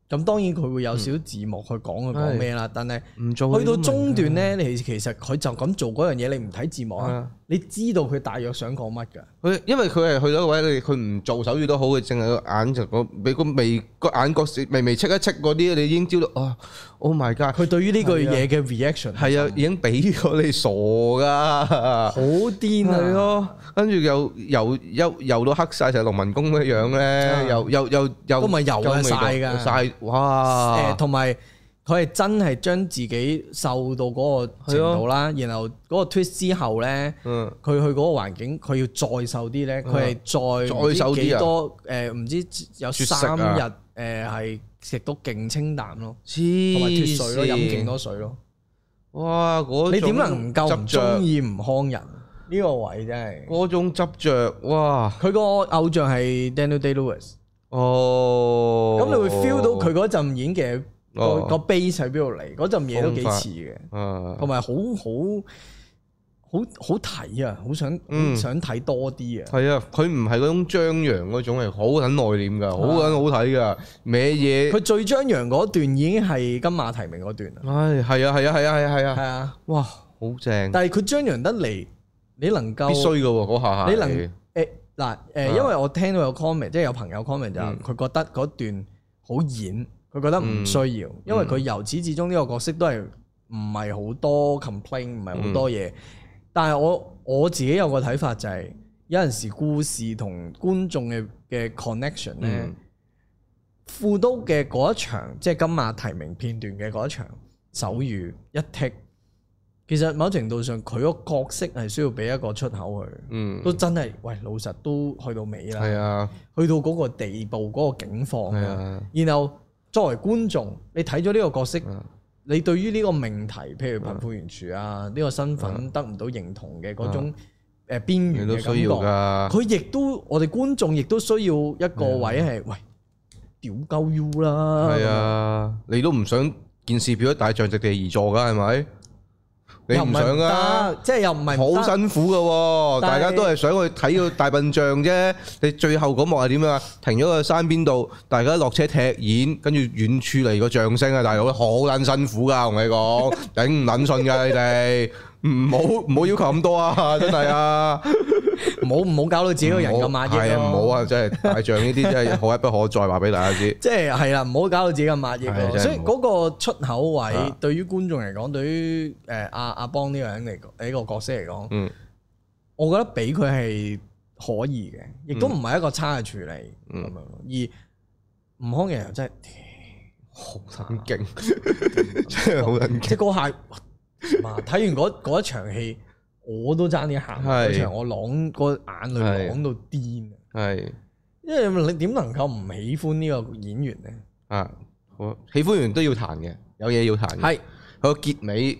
Speaker 2: 咁當然佢會有少少字幕去講佢講咩啦。但係
Speaker 1: 唔做
Speaker 2: 去到中段咧，你其實佢就咁做嗰樣嘢，你唔睇字幕
Speaker 1: 係
Speaker 2: 啊
Speaker 1: 啊，
Speaker 2: 你知道佢大約想講乜㗎。
Speaker 1: 佢因為佢係去到一個位，你佢唔做手語都好，佢淨係個眼就個俾個眉個眼角微微戚一戚嗰啲，你已經知道啊！Oh my god！
Speaker 2: 佢對於呢句嘢嘅 reaction
Speaker 1: 係啊，已經俾咗你傻噶，
Speaker 2: 好癲
Speaker 1: 係
Speaker 2: 啊！
Speaker 1: 咯，跟住又又又又到黑晒，成農民工咁樣
Speaker 2: 啊
Speaker 1: 咧，又又又又
Speaker 2: 都咪油啊
Speaker 1: 夠味道
Speaker 2: 曬㗎
Speaker 1: 曬
Speaker 2: 誒，
Speaker 1: 哇！
Speaker 2: 同埋佢係真係將自己受到嗰個程度啦，然後嗰個 twist 之後咧。
Speaker 1: 嗯，
Speaker 2: 佢去嗰個環境，佢要再瘦啲咧，佢係再
Speaker 1: 啊再
Speaker 2: 唔知
Speaker 1: 瘦啲啊
Speaker 2: 幾多誒？唔知有
Speaker 1: 絕食
Speaker 2: 三
Speaker 1: 啊
Speaker 2: 日誒係食到勁清淡咯，
Speaker 1: 黐
Speaker 2: 同埋脱水咯，飲勁
Speaker 1: 線，
Speaker 2: 多水咯。
Speaker 1: 哇！嗰
Speaker 2: 你點能唔夠
Speaker 1: 執
Speaker 2: 唔
Speaker 1: 着啊
Speaker 2: 中？意吳康仁呢個位真係？
Speaker 1: 嗰種執着，哇！
Speaker 2: 佢個偶像係 Daniel Day Lewis，
Speaker 1: 哦，
Speaker 2: 咁你會 feel 到佢嗰陣演嘅個
Speaker 1: 哦
Speaker 2: 個 base 喺邊度嚟？嗰陣嘢都幾似嘅，
Speaker 1: 啊
Speaker 2: 同，埋好好好好睇啊！好想
Speaker 1: 嗯
Speaker 2: 好想睇多啲啊！
Speaker 1: 係啊，佢唔係嗰種張揚嗰種，係好撚內斂㗎，好撚好睇㗎，咩嘢
Speaker 2: 佢？最張揚嗰段已經係金馬提名嗰段啦，
Speaker 1: 唉，係啊，係啊，係啊，係啊，係啊
Speaker 2: 係。啊。
Speaker 1: 哇，好正！
Speaker 2: 但係佢張揚得嚟，你能夠
Speaker 1: 必須嘅喎，嗰下下啊
Speaker 2: 你能誒嗱誒，因為我聽到有 comment，即係有朋友 comment 就
Speaker 1: 嗯
Speaker 2: 係佢覺得嗰段好演，佢覺得唔需要，
Speaker 1: 嗯
Speaker 2: 因為佢由始至終呢個角色都係唔係好多 complain，唔係好
Speaker 1: 嗯
Speaker 2: 多嘢。但係我我自己有個睇法就係、有陣時故事同觀眾嘅嘅 connection 咧，
Speaker 1: 嗯
Speaker 2: 副都嘅嗰一場，即係金馬提名片段嘅嗰一場手語一剔，其實某程度上佢個角色係需要俾一個出口佢。
Speaker 1: 嗯
Speaker 2: 都真係，喂，老實都去到尾啦，
Speaker 1: 係啊
Speaker 2: 去到嗰個地步，嗰、個境況
Speaker 1: 係
Speaker 2: 啦。
Speaker 1: 啊
Speaker 2: 然後作為觀眾，你睇咗呢個角色，
Speaker 1: 嗯
Speaker 2: 你對於呢個命題，譬如貧富懸殊啊，
Speaker 1: 嗯
Speaker 2: 呢、個身份得唔到認同嘅嗰種誒邊
Speaker 1: 你
Speaker 2: 緣
Speaker 1: 都
Speaker 2: 嘅
Speaker 1: 需要
Speaker 2: 感
Speaker 1: 㗎，
Speaker 2: 覺，佢亦都我哋觀眾亦都需要一個位係，喂，屌鳩 U
Speaker 1: 嗯
Speaker 2: 啦，
Speaker 1: 係啊，你都唔想件事變咗大象席地而坐㗎，係咪？你
Speaker 2: 又
Speaker 1: 唔
Speaker 2: 係
Speaker 1: 想㗎
Speaker 2: 得，，即係又唔係唔
Speaker 1: 好
Speaker 2: 得
Speaker 1: 辛苦㗎喎，大
Speaker 2: 但係
Speaker 1: 家都係想去睇個大笨象啫。你最後嗰幕係點啊？停咗個山邊度，大家落車踢毽，跟住遠處嚟個象聲啊！大佬好撚辛苦㗎，同你講，頂唔撚順㗎你哋。唔好唔好要求咁多啊！真係啊，
Speaker 2: 唔好唔好搞到自己個人咁壓抑
Speaker 1: 係啊，唔好
Speaker 2: 啊！
Speaker 1: 啊！真係大象呢啲 真係可一不可再，話俾大家知。
Speaker 2: 即係係啦，唔好搞到自己咁壓抑
Speaker 1: 係
Speaker 2: 咯。
Speaker 1: 真係
Speaker 2: 所以
Speaker 1: 唔好
Speaker 2: 嗰個出口位
Speaker 1: 啊
Speaker 2: 對於觀眾嚟講，對於誒阿阿邦呢個人嚟講，呢個角色嚟講，
Speaker 1: 嗯，
Speaker 2: 我覺得俾佢係可以嘅，亦都唔係一個差嘅處理
Speaker 1: 嗯
Speaker 2: 咁樣咯。而吳康嘅又真係，
Speaker 1: 好撚勁， 真 係好撚勁。
Speaker 2: 即係嗰下，哇睇完嗰 嗰一場戲，我都爭啲喊。
Speaker 1: 係
Speaker 2: 嗰場我朗個眼淚
Speaker 1: 係
Speaker 2: 朗到癲啊！
Speaker 1: 係
Speaker 2: 因為你點能夠唔喜歡呢個演員呢？
Speaker 1: 啊，好喜歡完都要彈嘅，有嘢要彈嘅。
Speaker 2: 係
Speaker 1: 佢個結尾，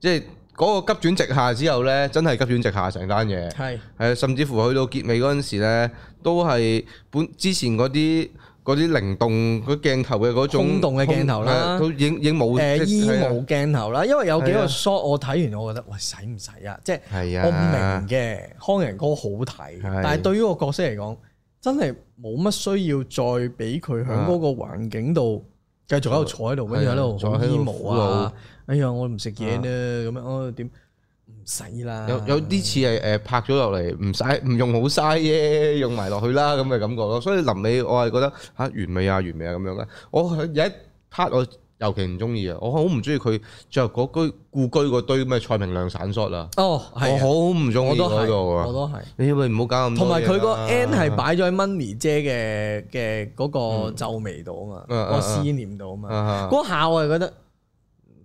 Speaker 1: 即係嗰個急轉直下之後咧，真係急轉直下成單嘢。
Speaker 2: 係
Speaker 1: 係啊，甚至乎去到結尾嗰陣時咧，都係本之前嗰啲嗰啲靈動嗰鏡頭嘅嗰種
Speaker 2: 空洞嘅鏡頭啦
Speaker 1: 係啊都已經已經冇
Speaker 2: 誒
Speaker 1: 即
Speaker 2: 衣
Speaker 1: 係啊
Speaker 2: 帽鏡頭啦，因為有幾
Speaker 1: 係
Speaker 2: 個
Speaker 1: 啊
Speaker 2: shot 我睇完，我覺得喂使唔使啊？即係
Speaker 1: 係
Speaker 2: 我唔
Speaker 1: 啊
Speaker 2: 明，嘅，康仁哥好睇，
Speaker 1: 係
Speaker 2: 但係對於個角色嚟講，真係冇乜需要再俾佢
Speaker 1: 啊
Speaker 2: 喺嗰個環境度繼續喺度坐喺度，跟住喺度
Speaker 1: 坐
Speaker 2: 好
Speaker 1: 喺度
Speaker 2: emo 啊！哎呀，我唔食嘢呢，咁樣哦點唔使啦？
Speaker 1: 有有啲似係誒拍咗落嚟，唔嘥唔用好嘥啫，用埋落去啦咁嘅感覺咯。所以臨尾我係覺得嚇、完美啊完美啊咁樣嘅。我係有一 part 我尤其唔中意啊，我好唔中意佢最後嗰居故居嗰堆咩蔡明亮散 shot 啊，
Speaker 2: 哦
Speaker 1: 我
Speaker 2: 係
Speaker 1: 好
Speaker 2: 啊，
Speaker 1: 唔中
Speaker 2: 我
Speaker 1: 意
Speaker 2: 都
Speaker 1: 嗰
Speaker 2: 係，
Speaker 1: 度
Speaker 2: 我
Speaker 1: 啊。
Speaker 2: 都係。
Speaker 1: 你咪唔好搞咁多
Speaker 2: 同埋佢個
Speaker 1: 嘢啦
Speaker 2: end 係擺咗喺 Money 姐嘅嘅嗰個皱眉度啊嘛，
Speaker 1: 嗯
Speaker 2: 個思念度
Speaker 1: 啊
Speaker 2: 啊嘛，
Speaker 1: 啊
Speaker 2: 嗰下我係覺得，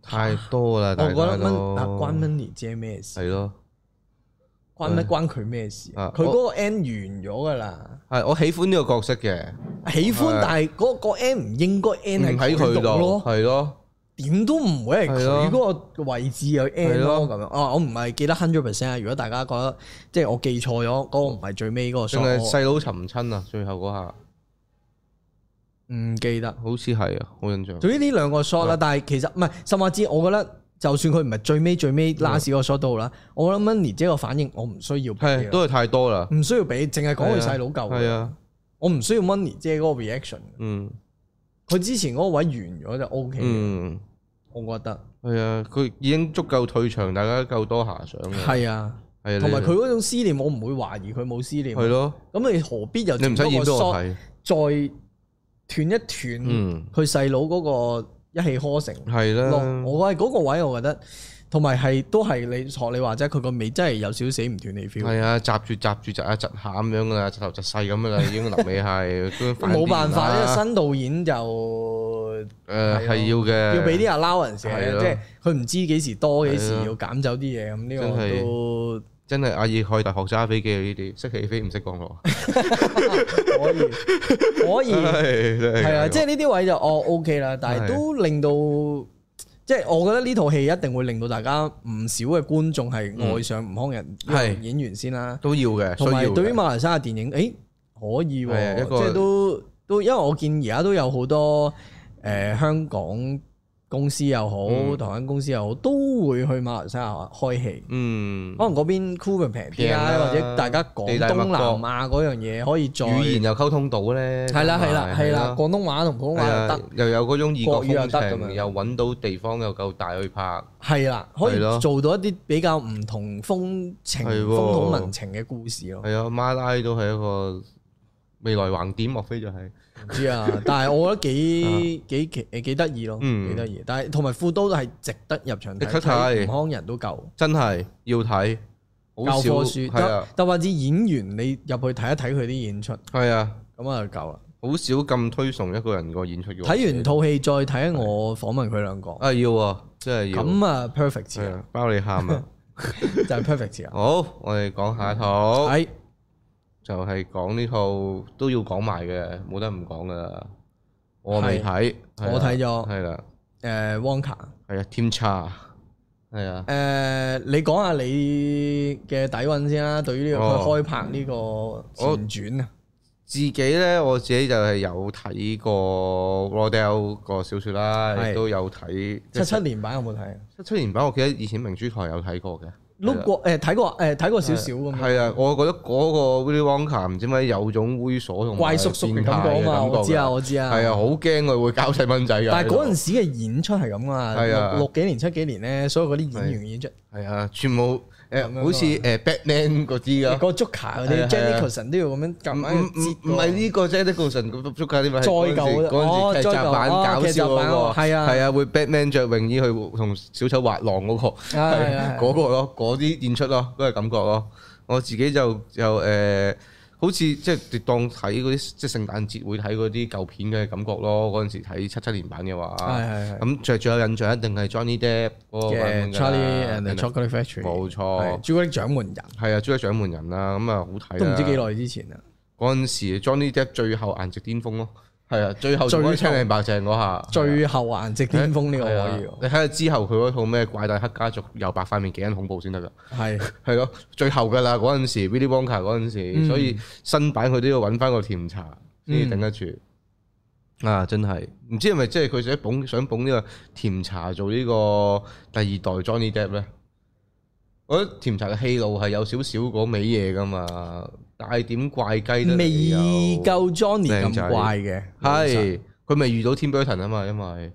Speaker 1: 太多啦，
Speaker 2: 我
Speaker 1: 大
Speaker 2: 覺
Speaker 1: 家
Speaker 2: 得
Speaker 1: 都
Speaker 2: Mon 啊關 Money 姐咩事？
Speaker 1: 係咯，
Speaker 2: 關乜關佢咩事啊？
Speaker 1: 啊
Speaker 2: 佢嗰個 end 完咗噶啦，
Speaker 1: 係啊我喜歡呢個角色嘅，
Speaker 2: 喜歡
Speaker 1: 係
Speaker 2: 但係嗰個 end 唔應該
Speaker 1: 唔
Speaker 2: end
Speaker 1: 喺佢
Speaker 2: 喺佢度
Speaker 1: 度，
Speaker 2: 咯，
Speaker 1: 係咯，
Speaker 2: 點都唔會係佢
Speaker 1: 係
Speaker 2: 嗰個位置有 end
Speaker 1: 係
Speaker 2: 咯
Speaker 1: 咯
Speaker 2: 咁樣。哦，我唔係記得 hundred percent 啊。如果大家覺得即係我記錯咗，嗰個唔係最尾嗰個
Speaker 1: 仲係
Speaker 2: shot，
Speaker 1: 細佬尋親啊，最後嗰下
Speaker 2: 我唔記得。
Speaker 1: 好似係啊，好印象。
Speaker 2: 總之呢兩個 shot
Speaker 1: 啊
Speaker 2: 啦，但係其實唔係，甚至我覺得就算佢唔係最尾最尾 last 嗰個 shot 都好啦，我覺得 Money 姐個反應我唔需要俾
Speaker 1: 係
Speaker 2: 啊，
Speaker 1: 都係太多啦，
Speaker 2: 唔需要俾，淨係講佢細佬夠
Speaker 1: 係
Speaker 2: 㗎。
Speaker 1: 啊，
Speaker 2: 我唔需要 Money 姐嗰個 reaction。
Speaker 1: 嗯
Speaker 2: 佢之前嗰個位完咗就 O K，、
Speaker 1: 嗯，
Speaker 2: 我覺得
Speaker 1: 係啊，佢已經足夠退場，大家夠多遐想嘅，
Speaker 2: 係啊，
Speaker 1: 係啊
Speaker 2: 同埋
Speaker 1: 嗯你
Speaker 2: 佢嗰種思念，我唔會懷疑佢冇思念。
Speaker 1: 係咯，
Speaker 2: 咁你何必又
Speaker 1: 你唔使演
Speaker 2: 到
Speaker 1: 俾我睇，
Speaker 2: 再斷一斷
Speaker 1: 嗯，
Speaker 2: 佢細佬嗰個一氣呵成
Speaker 1: 係
Speaker 2: 咯？
Speaker 1: 啦，
Speaker 2: 我係嗰個位，我覺得同埋係都係你學你話齋，佢個尾真係有少少死唔斷你 feel，
Speaker 1: 係啊，閘住閘住窒啊窒下咁樣噶啦，窒頭窒勢咁噶啦，已經臨尾係都反
Speaker 2: 冇辦
Speaker 1: 面啊
Speaker 2: 法，
Speaker 1: 啦
Speaker 2: 因為新導演就
Speaker 1: 誒係要嘅，
Speaker 2: 要俾啲 allowance
Speaker 1: 係
Speaker 2: 嘅，
Speaker 1: 咯
Speaker 2: 即係佢唔知幾時多幾時
Speaker 1: 係咯啊
Speaker 2: 要減走啲嘢，咁呢
Speaker 1: 真
Speaker 2: 個
Speaker 1: 係
Speaker 2: 都。
Speaker 1: 真係阿爾蓋大學揸飛機啊！呢啲識起飛唔識降落，
Speaker 2: 可 以，可以，
Speaker 1: 係
Speaker 2: 係啊，即係呢啲位就哦 OK 啦，但係都令到，即係我覺得呢套戲一定會令到大家唔少嘅觀眾係愛上吳康仁呢個
Speaker 1: 嗯係
Speaker 2: 演員先啦，
Speaker 1: 都要嘅，
Speaker 2: 同
Speaker 1: 需
Speaker 2: 埋
Speaker 1: 要嘅
Speaker 2: 對於馬來西亞電影，誒可以
Speaker 1: 係啊
Speaker 2: 喎，
Speaker 1: 一
Speaker 2: 即
Speaker 1: 個
Speaker 2: 係都都，因為我見而家都有好多誒香港公司又好，
Speaker 1: 嗯
Speaker 2: 台灣公司又好，都會去馬來西亞開戲。
Speaker 1: 嗯
Speaker 2: 可能嗰邊 coupon 平啲
Speaker 1: 平
Speaker 2: 啦，
Speaker 1: 啦
Speaker 2: 或者大家講
Speaker 1: 地大物
Speaker 2: 東
Speaker 1: 博
Speaker 2: 南亞嗰樣嘢可以再
Speaker 1: 語言又溝通到咧，
Speaker 2: 係啦係啦係
Speaker 1: 係
Speaker 2: 啦，廣東話同普通話
Speaker 1: 係
Speaker 2: 又
Speaker 1: 啊
Speaker 2: 得，
Speaker 1: 又有嗰種異國
Speaker 2: 國語又得
Speaker 1: 風
Speaker 2: 咁樣哦
Speaker 1: 情，又揾到地方又夠大去拍，
Speaker 2: 係啦，可以
Speaker 1: 係咯
Speaker 2: 做到一啲比較唔同風情、
Speaker 1: 係喎
Speaker 2: 風土民情嘅故事咯。
Speaker 1: 係啊，馬拉都係一個未來橫點，莫非就係
Speaker 2: 唔知 啊，但係我覺得幾幾奇誒幾得意咯，
Speaker 1: 嗯
Speaker 2: 幾得意。但係同埋富都係值得入場睇，
Speaker 1: 值得睇
Speaker 2: 睇吳康人都夠
Speaker 1: 真係要睇，好
Speaker 2: 教
Speaker 1: 少
Speaker 2: 科書，
Speaker 1: 係
Speaker 2: 得
Speaker 1: 啊
Speaker 2: 但或者演員你入去睇一睇佢啲演出，
Speaker 1: 係啊，
Speaker 2: 咁啊就夠啦。
Speaker 1: 好少咁推崇一個人個演出嘅。
Speaker 2: 睇完套戲再睇我訪問佢兩個，
Speaker 1: 啊要啊，真係要，
Speaker 2: 咁啊 perfect 字
Speaker 1: 係
Speaker 2: 啦，
Speaker 1: 啊，包你喊 啊！
Speaker 2: 就係 perfect 字啦。啊哎
Speaker 1: 好，我哋講下一套。
Speaker 2: 係
Speaker 1: 就係講呢套都要講埋嘅，冇得唔講噶啦。我未睇，係啊
Speaker 2: 我睇咗
Speaker 1: 係啦，
Speaker 2: 誒 Wonka。
Speaker 1: 係啊，Team 差，係啊
Speaker 2: 誒、，你講下你嘅底韻先啦。對於呢、個
Speaker 1: 哦
Speaker 2: 佢開拍呢個前傳啊，
Speaker 1: 自己咧我自己就係有睇過 Rodell 個小説啦，
Speaker 2: 係
Speaker 1: 亦都有睇
Speaker 2: 七七年版有冇睇啊？
Speaker 1: 七七年版，我記得以前明珠台有睇過嘅，啊
Speaker 2: 碌過誒睇過誒睇過少少咁樣。
Speaker 1: 係啊，我覺得嗰個 Willy Wonka 唔知點解有種猥瑣同埋
Speaker 2: 怪叔叔嘅
Speaker 1: 變態
Speaker 2: 感覺啊嘛，
Speaker 1: 嘅
Speaker 2: 我知
Speaker 1: 感
Speaker 2: 啊，
Speaker 1: 覺
Speaker 2: 我知
Speaker 1: 㗎
Speaker 2: 啊。
Speaker 1: 係啊，好驚佢會搞細蚊仔㗎。
Speaker 2: 但係嗰陣
Speaker 1: 陣
Speaker 2: 時嘅演出係咁啊，
Speaker 1: 係啊
Speaker 2: 六六幾年、七幾年咧，所有嗰啲演員演出，
Speaker 1: 係啊，全部
Speaker 2: 咁樣
Speaker 1: 誒
Speaker 2: 啊
Speaker 1: 好似誒 Batman 嗰啲㗎。
Speaker 2: 個 Joker
Speaker 1: 係
Speaker 2: 嗰啲
Speaker 1: 啊
Speaker 2: j e n
Speaker 1: 係
Speaker 2: n i
Speaker 1: 啊
Speaker 2: c o l s o n 都要咁樣
Speaker 1: 唔
Speaker 2: 撳
Speaker 1: 唔唔係呢個啫，呢個神咁捉架啲咪係
Speaker 2: 再
Speaker 1: 嗰陣時
Speaker 2: 舊
Speaker 1: 嗰陣時劇集版
Speaker 2: 哦
Speaker 1: 搞
Speaker 2: 劇集
Speaker 1: 笑
Speaker 2: 版
Speaker 1: 嗰
Speaker 2: 哦
Speaker 1: 個，
Speaker 2: 係啊
Speaker 1: 係啊，會 Batman 着泳衣去同小丑滑浪嗰個，
Speaker 2: 啊係
Speaker 1: 係
Speaker 2: 啊係啊
Speaker 1: 嗰個咯，嗰啲演出咯，嗰個感覺咯。我自己就就誒，好似即係當睇嗰啲即係聖誕節會睇嗰啲舊片嘅感覺咯。嗰陣時睇七七年版嘅
Speaker 2: 係啊
Speaker 1: 話，
Speaker 2: 係係
Speaker 1: 咁最最有印象一定係 Johnny Depp 嗰個版本
Speaker 2: 嘅
Speaker 1: 㗎啦
Speaker 2: Charlie and the Chocolate Factory，
Speaker 1: 冇
Speaker 2: 係
Speaker 1: 錯，
Speaker 2: 朱古力掌門人，
Speaker 1: 係啊，追咗掌門人啦，咁啊好睇
Speaker 2: 都唔知
Speaker 1: 啦
Speaker 2: 幾耐之前啊啦。
Speaker 1: 嗰陣時，Johnny Depp 最後顏值巔峰咯，係啊，最後
Speaker 2: 最
Speaker 1: 仲可以
Speaker 2: 後
Speaker 1: 青靚白淨嗰下，
Speaker 2: 最後顏值巔峰呢個
Speaker 1: 啊係啊
Speaker 2: 可以喎，
Speaker 1: 你睇下之後佢嗰套咩怪大黑家族又白塊面幾撚恐怖先得㗎，
Speaker 2: 係
Speaker 1: 係咯，最後㗎啦嗰陣時，Willy Wonka 嗰陣時，
Speaker 2: 嗯
Speaker 1: 所以新版佢都要揾翻個甜茶先至頂得住。啊！真係唔知係咪即係佢想捧想捧呢個甜茶做呢個第二代 Johnny Depp 咧？我覺得甜茶嘅戲路係有少少嗰味嘢㗎嘛，帶點怪雞得嚟
Speaker 2: 未
Speaker 1: 又
Speaker 2: 夠 Johnny
Speaker 1: 靚仔
Speaker 2: 咁怪嘅，
Speaker 1: 係佢未遇到 Tim Burton 啊嘛，因為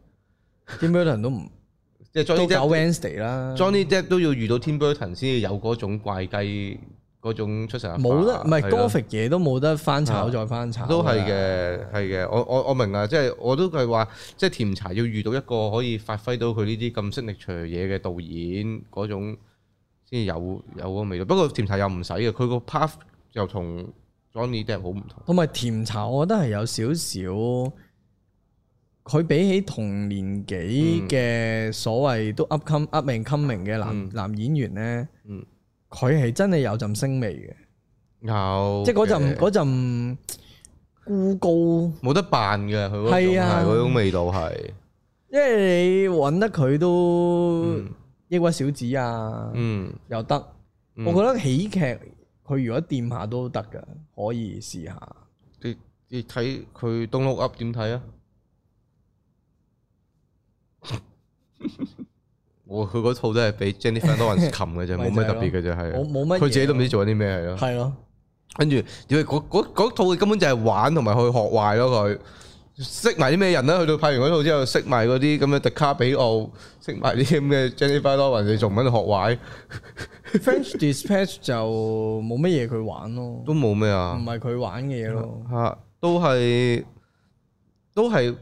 Speaker 2: Tim Burton 都唔
Speaker 1: 即係
Speaker 2: 都
Speaker 1: Johnny
Speaker 2: 搞
Speaker 1: Depp
Speaker 2: Wednesday 啦，
Speaker 1: Johnny Depp 都要遇到 Tim Burton 先至有嗰種怪雞嗰種出神入化
Speaker 2: 冇得唔係
Speaker 1: 啊係咯
Speaker 2: Gothic 嘢都冇得翻炒
Speaker 1: 啊
Speaker 2: 再翻炒，
Speaker 1: 都係。
Speaker 2: 啊
Speaker 1: 嘅，係嘅。我我我明啊，即係我都係話，即係甜茶要遇到一個可以發揮到佢呢啲咁 signature 嘢嘅導演嗰種，先至有有嗰個味道。不過甜茶又唔使嘅，佢個 path 又同 Johnny Depp 好唔同。
Speaker 2: 同埋甜茶，我覺得係有少少，佢比起同年紀嘅所謂都 up come up and coming 嘅男、
Speaker 1: 嗯
Speaker 2: 男演員咧，
Speaker 1: 嗯
Speaker 2: 佢係真係有陣星味嘅，
Speaker 1: 有
Speaker 2: 即係嗰
Speaker 1: 嘅
Speaker 2: 陣嗰陣孤高，
Speaker 1: 冇得扮嘅，佢嗰種
Speaker 2: 係啊
Speaker 1: 係嗰種味道係。
Speaker 2: 因為你揾得佢都、
Speaker 1: 嗯
Speaker 2: 抑鬱小子啊，
Speaker 1: 嗯，
Speaker 2: 又得，
Speaker 1: 嗯
Speaker 2: 我覺得喜劇佢如果掂下都得㗎，可以試下。
Speaker 1: 你你睇佢 Don't Look Up 點 睇啊？我佢嗰套都係俾 Jennifer Lawrence 擒嘅啫，
Speaker 2: 咪
Speaker 1: 冇
Speaker 2: 就
Speaker 1: 咩
Speaker 2: 係
Speaker 1: 特
Speaker 2: 咯
Speaker 1: 別嘅啫，係啊
Speaker 2: 冇冇乜嘢
Speaker 1: 佢自己都唔知做緊啲咩係啊咯。
Speaker 2: 係咯。
Speaker 1: 跟住屌嗰嗰嗰套根本就係玩同埋去學壞咯佢。識埋啲咩人咧？去到拍完嗰套之後，識埋嗰啲咁嘅迪卡比奧，識埋啲咁嘅 Jennifer Lawrence，你仲唔喺度學壞？
Speaker 2: French Dispatch 就冇乜嘢佢玩咯，
Speaker 1: 都冇咩啊！嗯
Speaker 2: 唔係佢玩嘅嘢咯。
Speaker 1: 吓、都係都係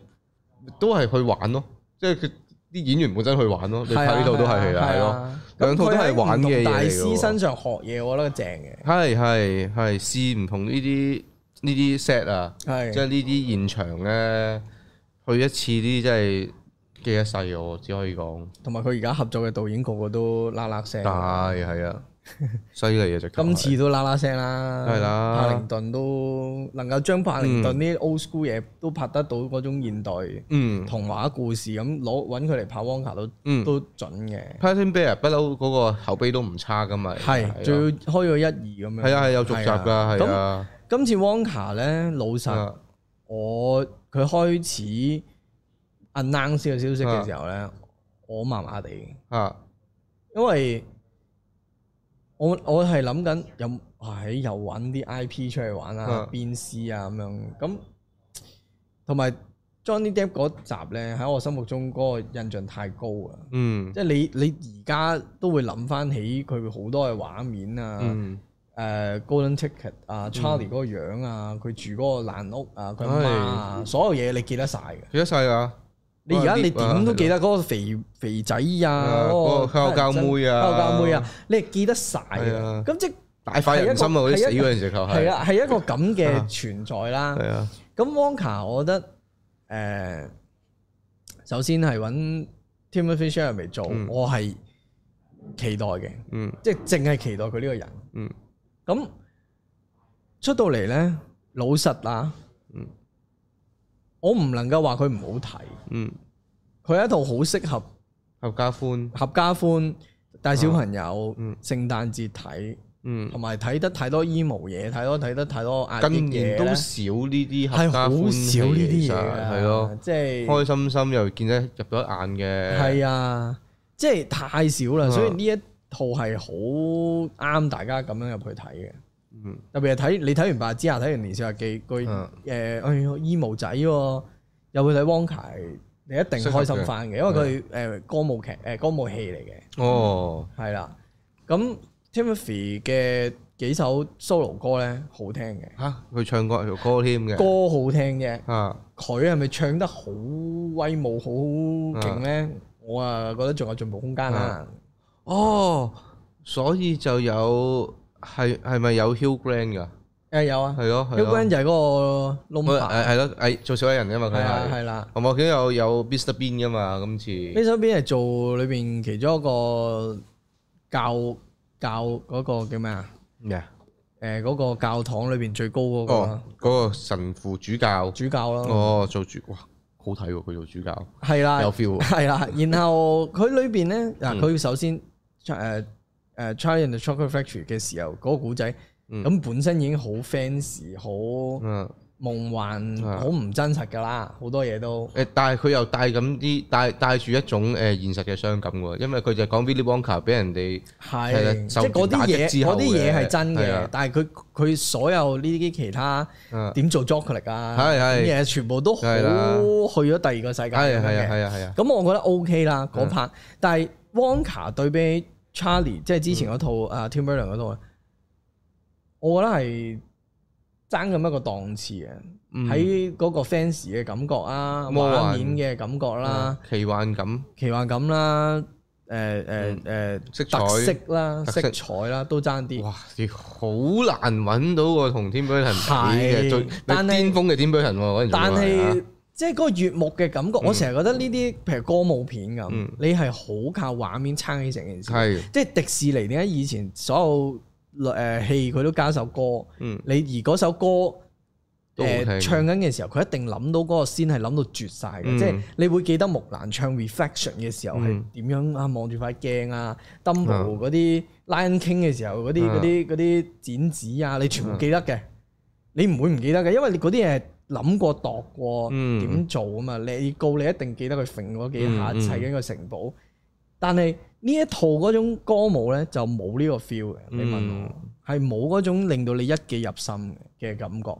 Speaker 1: 都係去玩咯，即係佢啲演員本身去玩咯。你睇呢度都係啊係啦，係咯，兩套都係玩嘅嘢嚟嘅喎
Speaker 2: 啊咁佢喺唔同大師身上學嘢，我覺得正嘅。
Speaker 1: 係係係試唔同呢啲呢啲 set 啊，即係
Speaker 2: 係
Speaker 1: 呢啲現場咧，去一次呢啲真係記一世嘅喎，只可以講
Speaker 2: 同埋佢而家合作嘅導演個個都啦啦聲，
Speaker 1: 係係啊，犀利啊！直頭係
Speaker 2: 今次都啦啦聲啦，
Speaker 1: 係啦
Speaker 2: 帕靈頓都能夠將帕靈頓啲 old school 嘢都拍得到嗰種現代
Speaker 1: 嗯
Speaker 2: 童話故事咁攞揾佢嚟拍 Wonka 都
Speaker 1: 嗯
Speaker 2: 都準嘅，
Speaker 1: ，Patton Bear 不嬲嗰個口碑都唔差噶嘛，
Speaker 2: 係仲
Speaker 1: 最
Speaker 2: 要開咗一二咁樣。
Speaker 1: 啊係啊係有續集㗎，係
Speaker 2: 咁
Speaker 1: 啊，
Speaker 2: 今次 Wonka 咧，老實。
Speaker 1: 啊
Speaker 2: 我佢開始 announce 呢個消息嘅時候咧，我麻麻地嘅，
Speaker 1: 啊
Speaker 2: 因為我我係諗緊有係又揾啲 IP 出嚟玩啊
Speaker 1: 啊，
Speaker 2: 變屍啊咁樣，咁同埋 Johnny Depp 嗰集咧喺我心目中嗰個印象太高啊！
Speaker 1: 嗯
Speaker 2: 即係你你而家都會諗翻起佢好多嘅畫面啊，
Speaker 1: 嗯。
Speaker 2: 誒、Golden Ticket 啊，Charlie 嗰個樣啊，佢住嗰個爛屋啊，佢阿媽啊，所有嘢你記得晒嘅。
Speaker 1: 記得晒㗎。
Speaker 2: 你而家你點都記
Speaker 1: 得
Speaker 2: 得嗰個肥肥仔啊，
Speaker 1: 啊
Speaker 2: 嗰
Speaker 1: 嗰個烤膠妹啊
Speaker 2: 烤膠妹啊，你係記得晒
Speaker 1: 係
Speaker 2: 嘅。
Speaker 1: 啊
Speaker 2: 咁即
Speaker 1: 大快人心啊！嗰啲死嗰陣時候係
Speaker 2: 係，啊，係 一個咁嘅存在啦。
Speaker 1: 係啊，
Speaker 2: 咁 Wonka，我覺得誒、呃首先係揾 Timothy Chalamet 做，
Speaker 1: 嗯
Speaker 2: 我係期待嘅，
Speaker 1: 嗯
Speaker 2: 即係淨係期待佢呢個人。
Speaker 1: 嗯
Speaker 2: 咁出到嚟咧，老實啊，
Speaker 1: 嗯
Speaker 2: 我唔能夠話佢唔好睇，
Speaker 1: 嗯，
Speaker 2: 佢係一套好適合
Speaker 1: 合家歡，
Speaker 2: 合家歡帶小朋友、
Speaker 1: 嗯
Speaker 2: 聖誕節睇，
Speaker 1: 嗯，
Speaker 2: 同埋睇得太多 emo 嘢，太多睇得太多壓抑
Speaker 1: 近
Speaker 2: 嘢
Speaker 1: 年都
Speaker 2: 咧，
Speaker 1: 少呢啲合
Speaker 2: 係
Speaker 1: 家
Speaker 2: 好
Speaker 1: 歡
Speaker 2: 少呢啲嘢㗎
Speaker 1: 係咯，，
Speaker 2: 即係
Speaker 1: 開心心又見得入咗眼嘅，嗯
Speaker 2: 係啊，即係太少啦，所以呢一套係好啱大家咁樣入去睇嘅。
Speaker 1: 嗯，
Speaker 2: 特別係睇你睇完《白日之下》，睇完《年少日記》，個誒
Speaker 1: 嗯
Speaker 2: 哎衣毛仔喎，又去睇《汪槐》，你一定開心翻嘅，因為
Speaker 1: 嗯
Speaker 2: 佢誒歌舞劇誒歌舞戲嚟嘅。
Speaker 1: 哦，
Speaker 2: 係啦，咁 Timothy 嘅幾首 solo 歌咧好聽嘅，
Speaker 1: 吓佢唱過條歌添嘅，
Speaker 2: 歌好聽嘅，
Speaker 1: 啊，
Speaker 2: 佢係咪唱得好威武好勁咧？我啊覺得仲有進步空間啊
Speaker 1: 啊
Speaker 2: 啦。
Speaker 1: 哦，所以就有係係咪有 Hugh Grant 噶？
Speaker 2: 誒有啊
Speaker 1: 係咯，
Speaker 2: h
Speaker 1: 係
Speaker 2: u g
Speaker 1: 咯，
Speaker 2: 就係嗰個
Speaker 1: 佢
Speaker 2: number，
Speaker 1: 係係咯，係做小矮人噶嘛，
Speaker 2: 係
Speaker 1: 佢
Speaker 2: 啊
Speaker 1: 係，
Speaker 2: 係啦。
Speaker 1: 同埋佢有有 Mr Bean 噶嘛，今次
Speaker 2: 呢首邊係做裏邊其中一個教教嗰個叫咩啊？
Speaker 1: 咩啊？
Speaker 2: 誒嗰個教堂裏邊最高嗰個
Speaker 1: 哦，嗰個神父主教，
Speaker 2: 主教咯，
Speaker 1: 哦，做主哇，好睇喎，佢做主教，
Speaker 2: 係啦
Speaker 1: 有。feel 喎。嗯
Speaker 2: 係啦，然後佢裏邊咧，嗱佢首先誒誒《Charlie and the Chocolate Factory》嘅時候，嗰、個古仔，咁、
Speaker 1: 嗯
Speaker 2: 本身已經好 fans，好
Speaker 1: 嗯，
Speaker 2: 夢幻，
Speaker 1: 啊
Speaker 2: 好唔真實㗎啦，好多嘢都
Speaker 1: 誒，但係佢又帶咁啲帶帶住一種誒現實嘅傷感喎，因為佢就講 Willy Wonka 俾人哋係啦
Speaker 2: 係，即
Speaker 1: 受
Speaker 2: 係嗰
Speaker 1: 打
Speaker 2: 啲
Speaker 1: 擊
Speaker 2: 嘢，
Speaker 1: 之後
Speaker 2: 嗰啲嘢
Speaker 1: 嘅
Speaker 2: 係真
Speaker 1: 係啊
Speaker 2: 嘅，但係佢佢所有呢啲其他
Speaker 1: 啊，
Speaker 2: 點做 chocolate 啊，
Speaker 1: 係係
Speaker 2: 啲嘢全部都好去
Speaker 1: 係啦
Speaker 2: 咗第二個世界咁
Speaker 1: 係
Speaker 2: 樣
Speaker 1: 啊係啊
Speaker 2: 嘅。
Speaker 1: 係啊係啊，
Speaker 2: 咁我覺得 OK 啦嗰
Speaker 1: 嗯
Speaker 2: part，但係 Wonka 對比 Charlie 即係之前嗰套
Speaker 1: 嗯
Speaker 2: 啊 Tim Burton 嗰套咧，我覺得係爭咁一個檔次嘅，
Speaker 1: 嗯
Speaker 2: 喺嗰個 fans 嘅感覺啊，
Speaker 1: 魔幻
Speaker 2: 畫面嘅感覺啦，
Speaker 1: 奇幻感
Speaker 2: 奇幻感啦，誒誒
Speaker 1: 嗯色
Speaker 2: 誒特
Speaker 1: 彩。
Speaker 2: 色啦、
Speaker 1: 特色
Speaker 2: 色彩啦，都爭啲。
Speaker 1: 哇！你好難揾到個同 Tim Burton 比嘅
Speaker 2: 係
Speaker 1: 最
Speaker 2: 但係
Speaker 1: 巔峰嘅 Tim Burton 喎，嗰陣仲
Speaker 2: 但
Speaker 1: 係
Speaker 2: 係
Speaker 1: 啊
Speaker 2: 即係嗰個悅目嘅感覺，我成日覺得呢啲譬如歌舞片咁，
Speaker 1: 嗯
Speaker 2: 你係好靠畫面撐起成件事。
Speaker 1: 係
Speaker 2: 即係迪士尼點解以前所有誒戲佢都加首歌，
Speaker 1: 嗯
Speaker 2: 你而嗰首歌
Speaker 1: 都好
Speaker 2: 誒、
Speaker 1: 聽
Speaker 2: 唱緊嘅時候，佢一定諗到嗰個先係諗到絕晒嘅，
Speaker 1: 嗯
Speaker 2: 即係你會記得木蘭唱 Reflection 嘅時候係
Speaker 1: 嗯
Speaker 2: 點樣啊，望住塊鏡啊
Speaker 1: 嗯
Speaker 2: ，Dumbo 嗰啲 Lion King 嘅時候嗰啲
Speaker 1: 嗯
Speaker 2: 嗰啲嗰啲剪紙啊，你全部記得嘅，你唔會唔記得嘅，因為你嗰啲嘢係諗過度過
Speaker 1: 嗯
Speaker 2: 點做啊嘛，你告你一定記得佢揈嗰幾下
Speaker 1: 嗯嗯
Speaker 2: 砌緊個城堡。但係呢一套嗰種歌舞咧就冇呢個 feel 嘅，你問我係冇嗰種令到你一記入心嘅嘅感覺。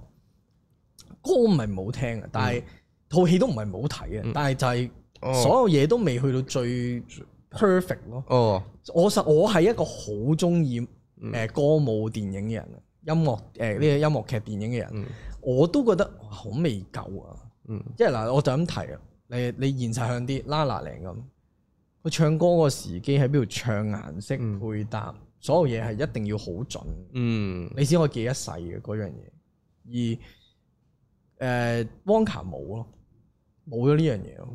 Speaker 2: 歌唔係唔好聽嘅，但係套戲都唔係唔好睇嘅，但係就
Speaker 1: 哦
Speaker 2: 係所有嘢都未去到最 perfect 咯。
Speaker 1: 哦，
Speaker 2: 我實我係一個好中意
Speaker 1: 嗯
Speaker 2: 誒歌舞電影嘅人，啊音樂誒呢個音樂劇電影嘅人，啊
Speaker 1: 嗯
Speaker 2: 我都覺得哇好未夠啊！
Speaker 1: 嗯
Speaker 2: 即係嗱，我就咁提啊，你你現實向啲啦啦零咁，佢唱歌個時機喺邊度唱顏色
Speaker 1: 嗯
Speaker 2: 配搭，所有嘢係一定要好準，
Speaker 1: 嗯
Speaker 2: 你先可以記一世嘅嗰樣嘢。而誒汪卡冇咯，冇咗呢樣嘢咯。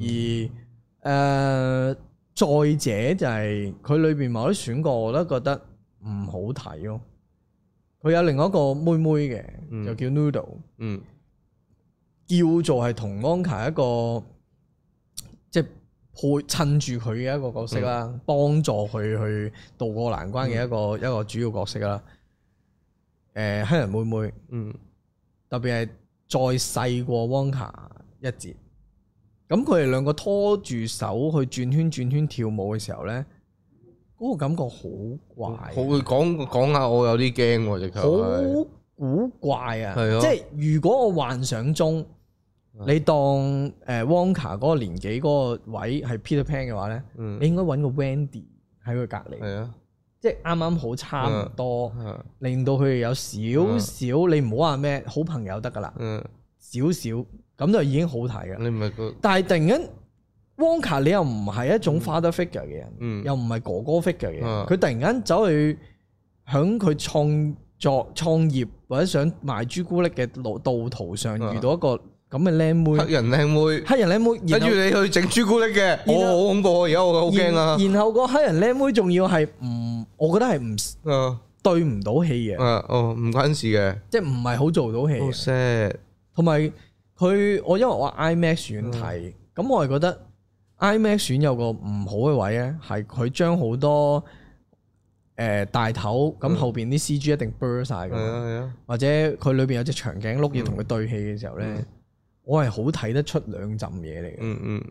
Speaker 2: 而
Speaker 1: 嗯
Speaker 2: 誒、呃、再者就係佢裏邊某啲選角，我都覺得唔好睇咯。佢有另外一個妹妹嘅，
Speaker 1: 嗯
Speaker 2: 就叫 Noodle，
Speaker 1: 嗯
Speaker 2: 叫做係同安卡一個即係配襯住佢嘅一個角色啦，幫助佢去渡過難關嘅一個、一個主要角色啦。誒、黑人妹妹，
Speaker 1: 嗯
Speaker 2: 特別係再細過汪卡一截。咁佢哋兩個拖住手去轉圈轉圈跳舞嘅時候咧，嗰、個感覺好怪，啊
Speaker 1: 好講講下我有啲驚喎，直頭係
Speaker 2: 好古怪啊！
Speaker 1: 係啊啊
Speaker 2: 即係如果我幻想中，你當誒 Wonka 嗰個年紀嗰個位係 Peter Pan 嘅話咧，
Speaker 1: 嗯
Speaker 2: 你應該揾個 Wendy 喺佢隔離，
Speaker 1: 係啊
Speaker 2: 即係啱啱好差唔多，
Speaker 1: 啊
Speaker 2: 令到佢哋有少少，你唔好話咩好朋友得㗎啦，
Speaker 1: 嗯，
Speaker 2: 少少咁就已經好睇㗎啦。
Speaker 1: 你唔係個
Speaker 2: 但係突然間 Wonka 你又唔係一種 father figure 嘅人，
Speaker 1: 嗯
Speaker 2: 又唔係哥哥 figure 嘅人，
Speaker 1: 嗯
Speaker 2: 佢、突然間走去響佢創作創業或者想賣朱古力嘅路道途上
Speaker 1: 嗯
Speaker 2: 遇到一個咁嘅靚妹，
Speaker 1: 黑人靚妹，
Speaker 2: 黑人靚妹，
Speaker 1: 跟
Speaker 2: 然
Speaker 1: 住
Speaker 2: 後
Speaker 1: 你去整朱古力嘅，
Speaker 2: 然
Speaker 1: 我
Speaker 2: 後
Speaker 1: 好恐怖啊！而家我好驚啊！
Speaker 2: 然然後個黑人靚妹仲要係唔，我覺得係唔
Speaker 1: 啊
Speaker 2: 對唔到戲嘅，
Speaker 1: 啊哦，唔關事嘅，
Speaker 2: 即係唔係好做到戲
Speaker 1: 好
Speaker 2: 嘅。
Speaker 1: sad，
Speaker 2: 同埋佢，我因為我 IMAX
Speaker 1: 嗯
Speaker 2: 院睇，咁、我係覺得 IMAX 院有個唔好嘅位咧，係佢將好多誒、呃大頭咁後邊啲 CG 一定 blur 晒㗎
Speaker 1: 嗯係啊
Speaker 2: 嘛，
Speaker 1: 係啊，
Speaker 2: 或者佢裏邊有隻長頸鹿要同佢對戲嘅時候咧，
Speaker 1: 嗯
Speaker 2: 我係好睇得出兩陣嘢嚟嘅。
Speaker 1: 嗯嗯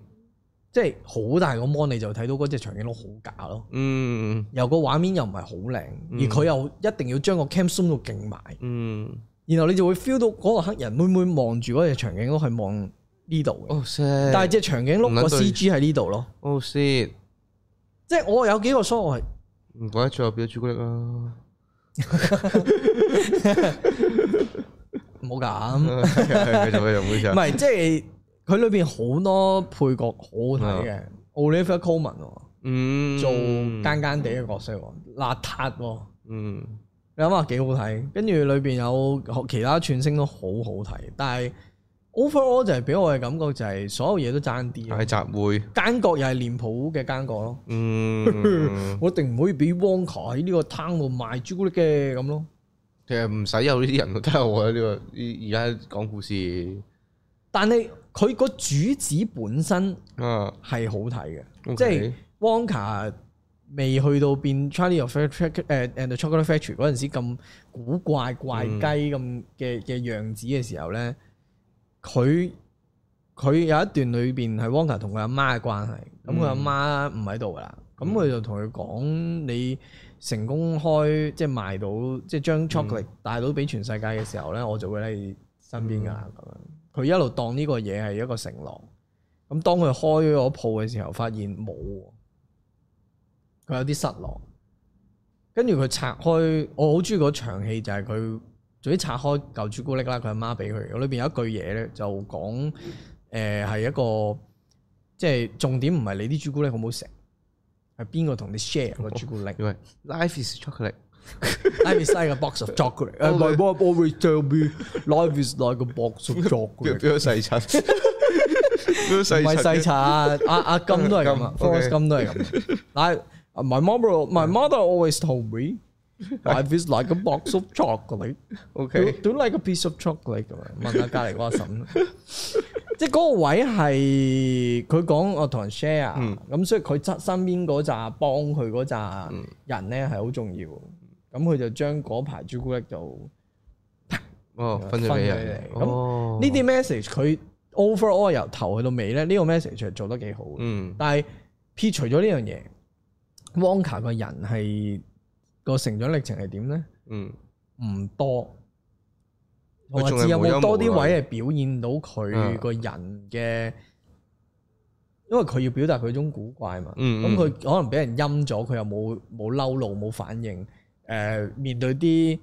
Speaker 2: 即係好大個 mon 你就睇到嗰隻長頸鹿好假咯，
Speaker 1: 嗯
Speaker 2: 由個畫面又唔係好靚，而佢又一定要將個 cam zoom 到勁埋，
Speaker 1: 嗯，
Speaker 2: 然後你就會 feel 到嗰個黑人妹妹望住嗰隻長頸鹿係望呢度嘅，
Speaker 1: 哦 shit，
Speaker 2: 但係隻長頸鹿個
Speaker 1: 唔撚對
Speaker 2: CG 喺呢度咯，
Speaker 1: 哦 shit，
Speaker 2: 即係我有幾個 shot 我係
Speaker 1: 唔怪得最後變咗朱古力 啦。嗯繼續繼續，唔好意思啊。
Speaker 2: 冇咁。唔係，即係佢裏邊好多配角好好睇嘅。Olivia Colman 喎
Speaker 1: 嗯，
Speaker 2: 做奸奸地嘅角色喎，邋遢喎，
Speaker 1: 嗯
Speaker 2: 你諗下幾好睇。跟住裏邊有其他串星都好好睇，但係 overall 就係俾我嘅感覺就係所有嘢都爭啲
Speaker 1: 大
Speaker 2: 咯，
Speaker 1: 集會，
Speaker 2: 奸角又係臉譜嘅奸角咯。
Speaker 1: 嗯，
Speaker 2: 我一定唔可以俾 Wonka 喺呢個攤度賣朱古力嘅咁咯。
Speaker 1: 其實唔使有呢啲人，真係我覺得呢個而而家講故事
Speaker 2: 但係佢個主旨本身
Speaker 1: 啊，
Speaker 2: 係好睇嘅。
Speaker 1: OK
Speaker 2: 即係 Wonka 未去到變 Charlie of the Chocolate 誒 and the Chocolate Factory 嗰陣時咁古怪怪雞咁嘅嘅樣子嘅時候咧，佢佢有一段裏邊係 Wonka 同佢阿媽嘅關係，咁佢阿媽唔喺度噶啦，咁佢就同佢講你成功開即係賣到即係將 chocolate 帶到俾全世界嘅時候咧，我就會喺你身邊噶啦咁樣。佢一路當呢個嘢係一個承諾。咁當佢開咗鋪嘅時候，發現冇喎，佢有啲失落。跟住佢拆開，我好中意嗰場戲就係佢總之拆開嚿朱古力啦，佢阿媽俾佢。裏邊有一句嘢咧，就講誒係一個即係重點唔係你啲朱古力好唔好食，係邊個同你 share 個朱古 力。
Speaker 1: 因為 life is chocolate，
Speaker 2: Life is like a box of chocolate. And Oh my mom always tell me life is like a box of
Speaker 1: 變
Speaker 2: chocolate.
Speaker 1: 咗細 陳，變咗
Speaker 2: 唔係細
Speaker 1: 細
Speaker 2: 茶，阿 阿金都係咁啊
Speaker 1: 金
Speaker 2: ，Forrest
Speaker 1: ，OK
Speaker 2: 金都係咁。但係 my mother my mother always told me life is like a box of chocolate.
Speaker 1: o
Speaker 2: Do
Speaker 1: k
Speaker 2: do like a piece of chocolate 咁樣問下隔離嗰阿嬸， 即係嗰個位係佢講我同人 share，咁啊所以佢側身邊嗰扎幫佢嗰扎人咧係好重要，咁佢就將嗰排朱古力就。
Speaker 1: 哦，分咗俾
Speaker 2: 分
Speaker 1: 人
Speaker 2: 咗，俾你咁
Speaker 1: 哦，
Speaker 2: 呢啲 message 佢 overall 由頭去到尾咧，呢、個 message 係做得幾好嘅。
Speaker 1: 嗯
Speaker 2: 但係撇除咗呢樣嘢，Wonka 個人係個成長歷程係點咧？
Speaker 1: 嗯
Speaker 2: 唔多，
Speaker 1: 佢
Speaker 2: 或
Speaker 1: 仲係
Speaker 2: 者有
Speaker 1: 無憂
Speaker 2: 啊冇
Speaker 1: 無
Speaker 2: 多啲
Speaker 1: 慮
Speaker 2: 位係表現到佢
Speaker 1: 嗯
Speaker 2: 個人嘅？因為佢要表達佢種古怪嘛，
Speaker 1: 嗯
Speaker 2: 咁
Speaker 1: 嗯
Speaker 2: 佢可能俾人陰咗，佢又冇冇嬲怒冇反應，誒、面對啲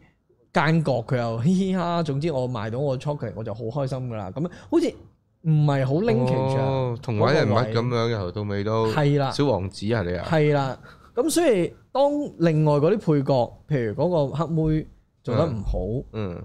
Speaker 2: 奸角佢又嘻嘻哈，總之我賣到我 chocolate 我就好開心噶啦，咁好似唔係好 linkage 啊，
Speaker 1: 哦童話人物咁樣，由頭到尾都
Speaker 2: 係啦
Speaker 1: 小王子啊你啊，
Speaker 2: 係啦，咁所以當另外嗰啲配角，譬如嗰個黑妹做得唔好，
Speaker 1: 嗯，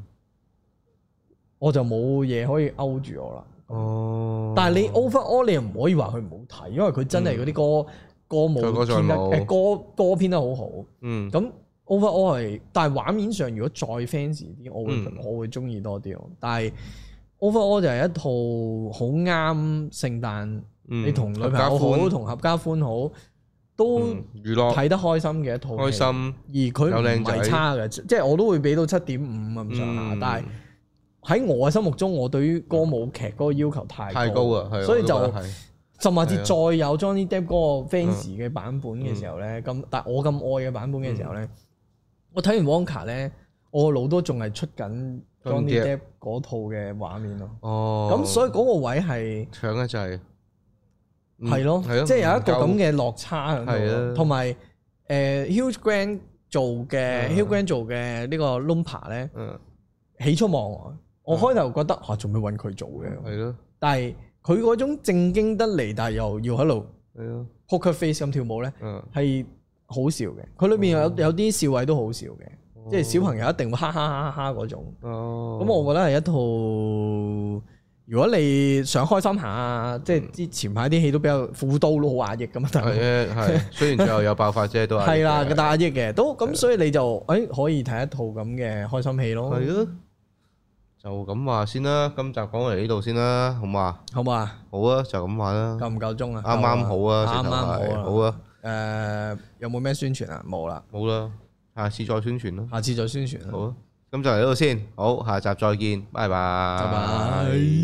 Speaker 2: 我就冇嘢可以勾住我啦。
Speaker 1: 哦，嗯
Speaker 2: 但係你 overall 你又唔可以話佢唔好睇，因為佢真係嗰啲歌歌
Speaker 1: 佢
Speaker 2: 舞
Speaker 1: 歌
Speaker 2: 編得
Speaker 1: 再舞
Speaker 2: 誒歌歌編得好好。
Speaker 1: 嗯
Speaker 2: 咁 overall 係，但係畫面上如果再 fans 啲，我會、
Speaker 1: 嗯
Speaker 2: 我會中意多啲咯。但係 overall 就係一套好啱聖誕，
Speaker 1: 嗯
Speaker 2: 你同女朋
Speaker 1: 合家
Speaker 2: 友好，
Speaker 1: 歡
Speaker 2: 同合家歡好，都
Speaker 1: 嗯娛樂
Speaker 2: 睇得開心嘅一套。
Speaker 1: 開。心，
Speaker 2: 而佢
Speaker 1: 有靚
Speaker 2: 唔
Speaker 1: 仔
Speaker 2: 係差嘅，即係我都會俾到七點五咁上下，
Speaker 1: 嗯
Speaker 2: 但係。喺我嘅心目中，我對於歌舞劇嗰個要求太
Speaker 1: 太高啊，係
Speaker 2: 所以
Speaker 1: 我
Speaker 2: 就
Speaker 1: 都覺得係
Speaker 2: 甚至
Speaker 1: 係啊嗯
Speaker 2: 再有 Johnny Depp 嗰個 fans 嘅版本嘅時候咧，咁、但我咁愛嘅版本嘅時候咧，
Speaker 1: 嗯
Speaker 2: 我睇完 Wonka 咧，我個腦都仲係出緊
Speaker 1: Johnny
Speaker 2: Johnny
Speaker 1: Depp
Speaker 2: Depp 嗰套嘅畫面咯。
Speaker 1: 哦，
Speaker 2: 咁、所以嗰個位係
Speaker 1: 搶得滯，嗯
Speaker 2: 係咯，
Speaker 1: 係
Speaker 2: 即係有一個咁
Speaker 1: 唔夠
Speaker 2: 嘅落差喺度
Speaker 1: 係啊
Speaker 2: 咯，同埋誒 Hugh Grant 做嘅
Speaker 1: 嗯
Speaker 2: Hugh Grant 做嘅呢個 Lumpa 咧，
Speaker 1: 嗯
Speaker 2: 喜出望外。我開頭覺得啊，做咩揾佢做嘅？
Speaker 1: 係咯
Speaker 2: 但係佢嗰種正經得嚟，但係又要喺度
Speaker 1: 係咯
Speaker 2: poker face 咁跳舞咧，
Speaker 1: 嗯，
Speaker 2: 係好笑嘅。佢裏面有有啲笑位都好笑嘅，即係小朋友一定會哈哈哈哈嗰種。
Speaker 1: 哦
Speaker 2: 咁我覺得係一套，如果你想開心下，即係之前排啲戲都比較副刀都好壓抑咁啊，但係
Speaker 1: 係啊係，雖然最後有爆發啫，都係
Speaker 2: 係啦，
Speaker 1: 係
Speaker 2: 但係壓抑嘅都咁，所以你就誒可以睇一套咁嘅開心戲咯，
Speaker 1: 係啊，就咁話先啦，今集講嚟呢度先啦，好嘛？
Speaker 2: 好嘛？
Speaker 1: 好啊，就咁話啦，
Speaker 2: 夠唔夠鐘啊？
Speaker 1: 啱啱好啊，
Speaker 2: 啱
Speaker 1: 直頭
Speaker 2: 啱
Speaker 1: 係
Speaker 2: 好啊！
Speaker 1: 好啊，
Speaker 2: 誒，有冇咩宣傳啊？冇啦，
Speaker 1: 冇啦，下次再宣傳啦，
Speaker 2: 下次再宣傳啦。
Speaker 1: 好啊，咁就嚟呢度先，好，下集再見，拜拜，
Speaker 2: 拜拜。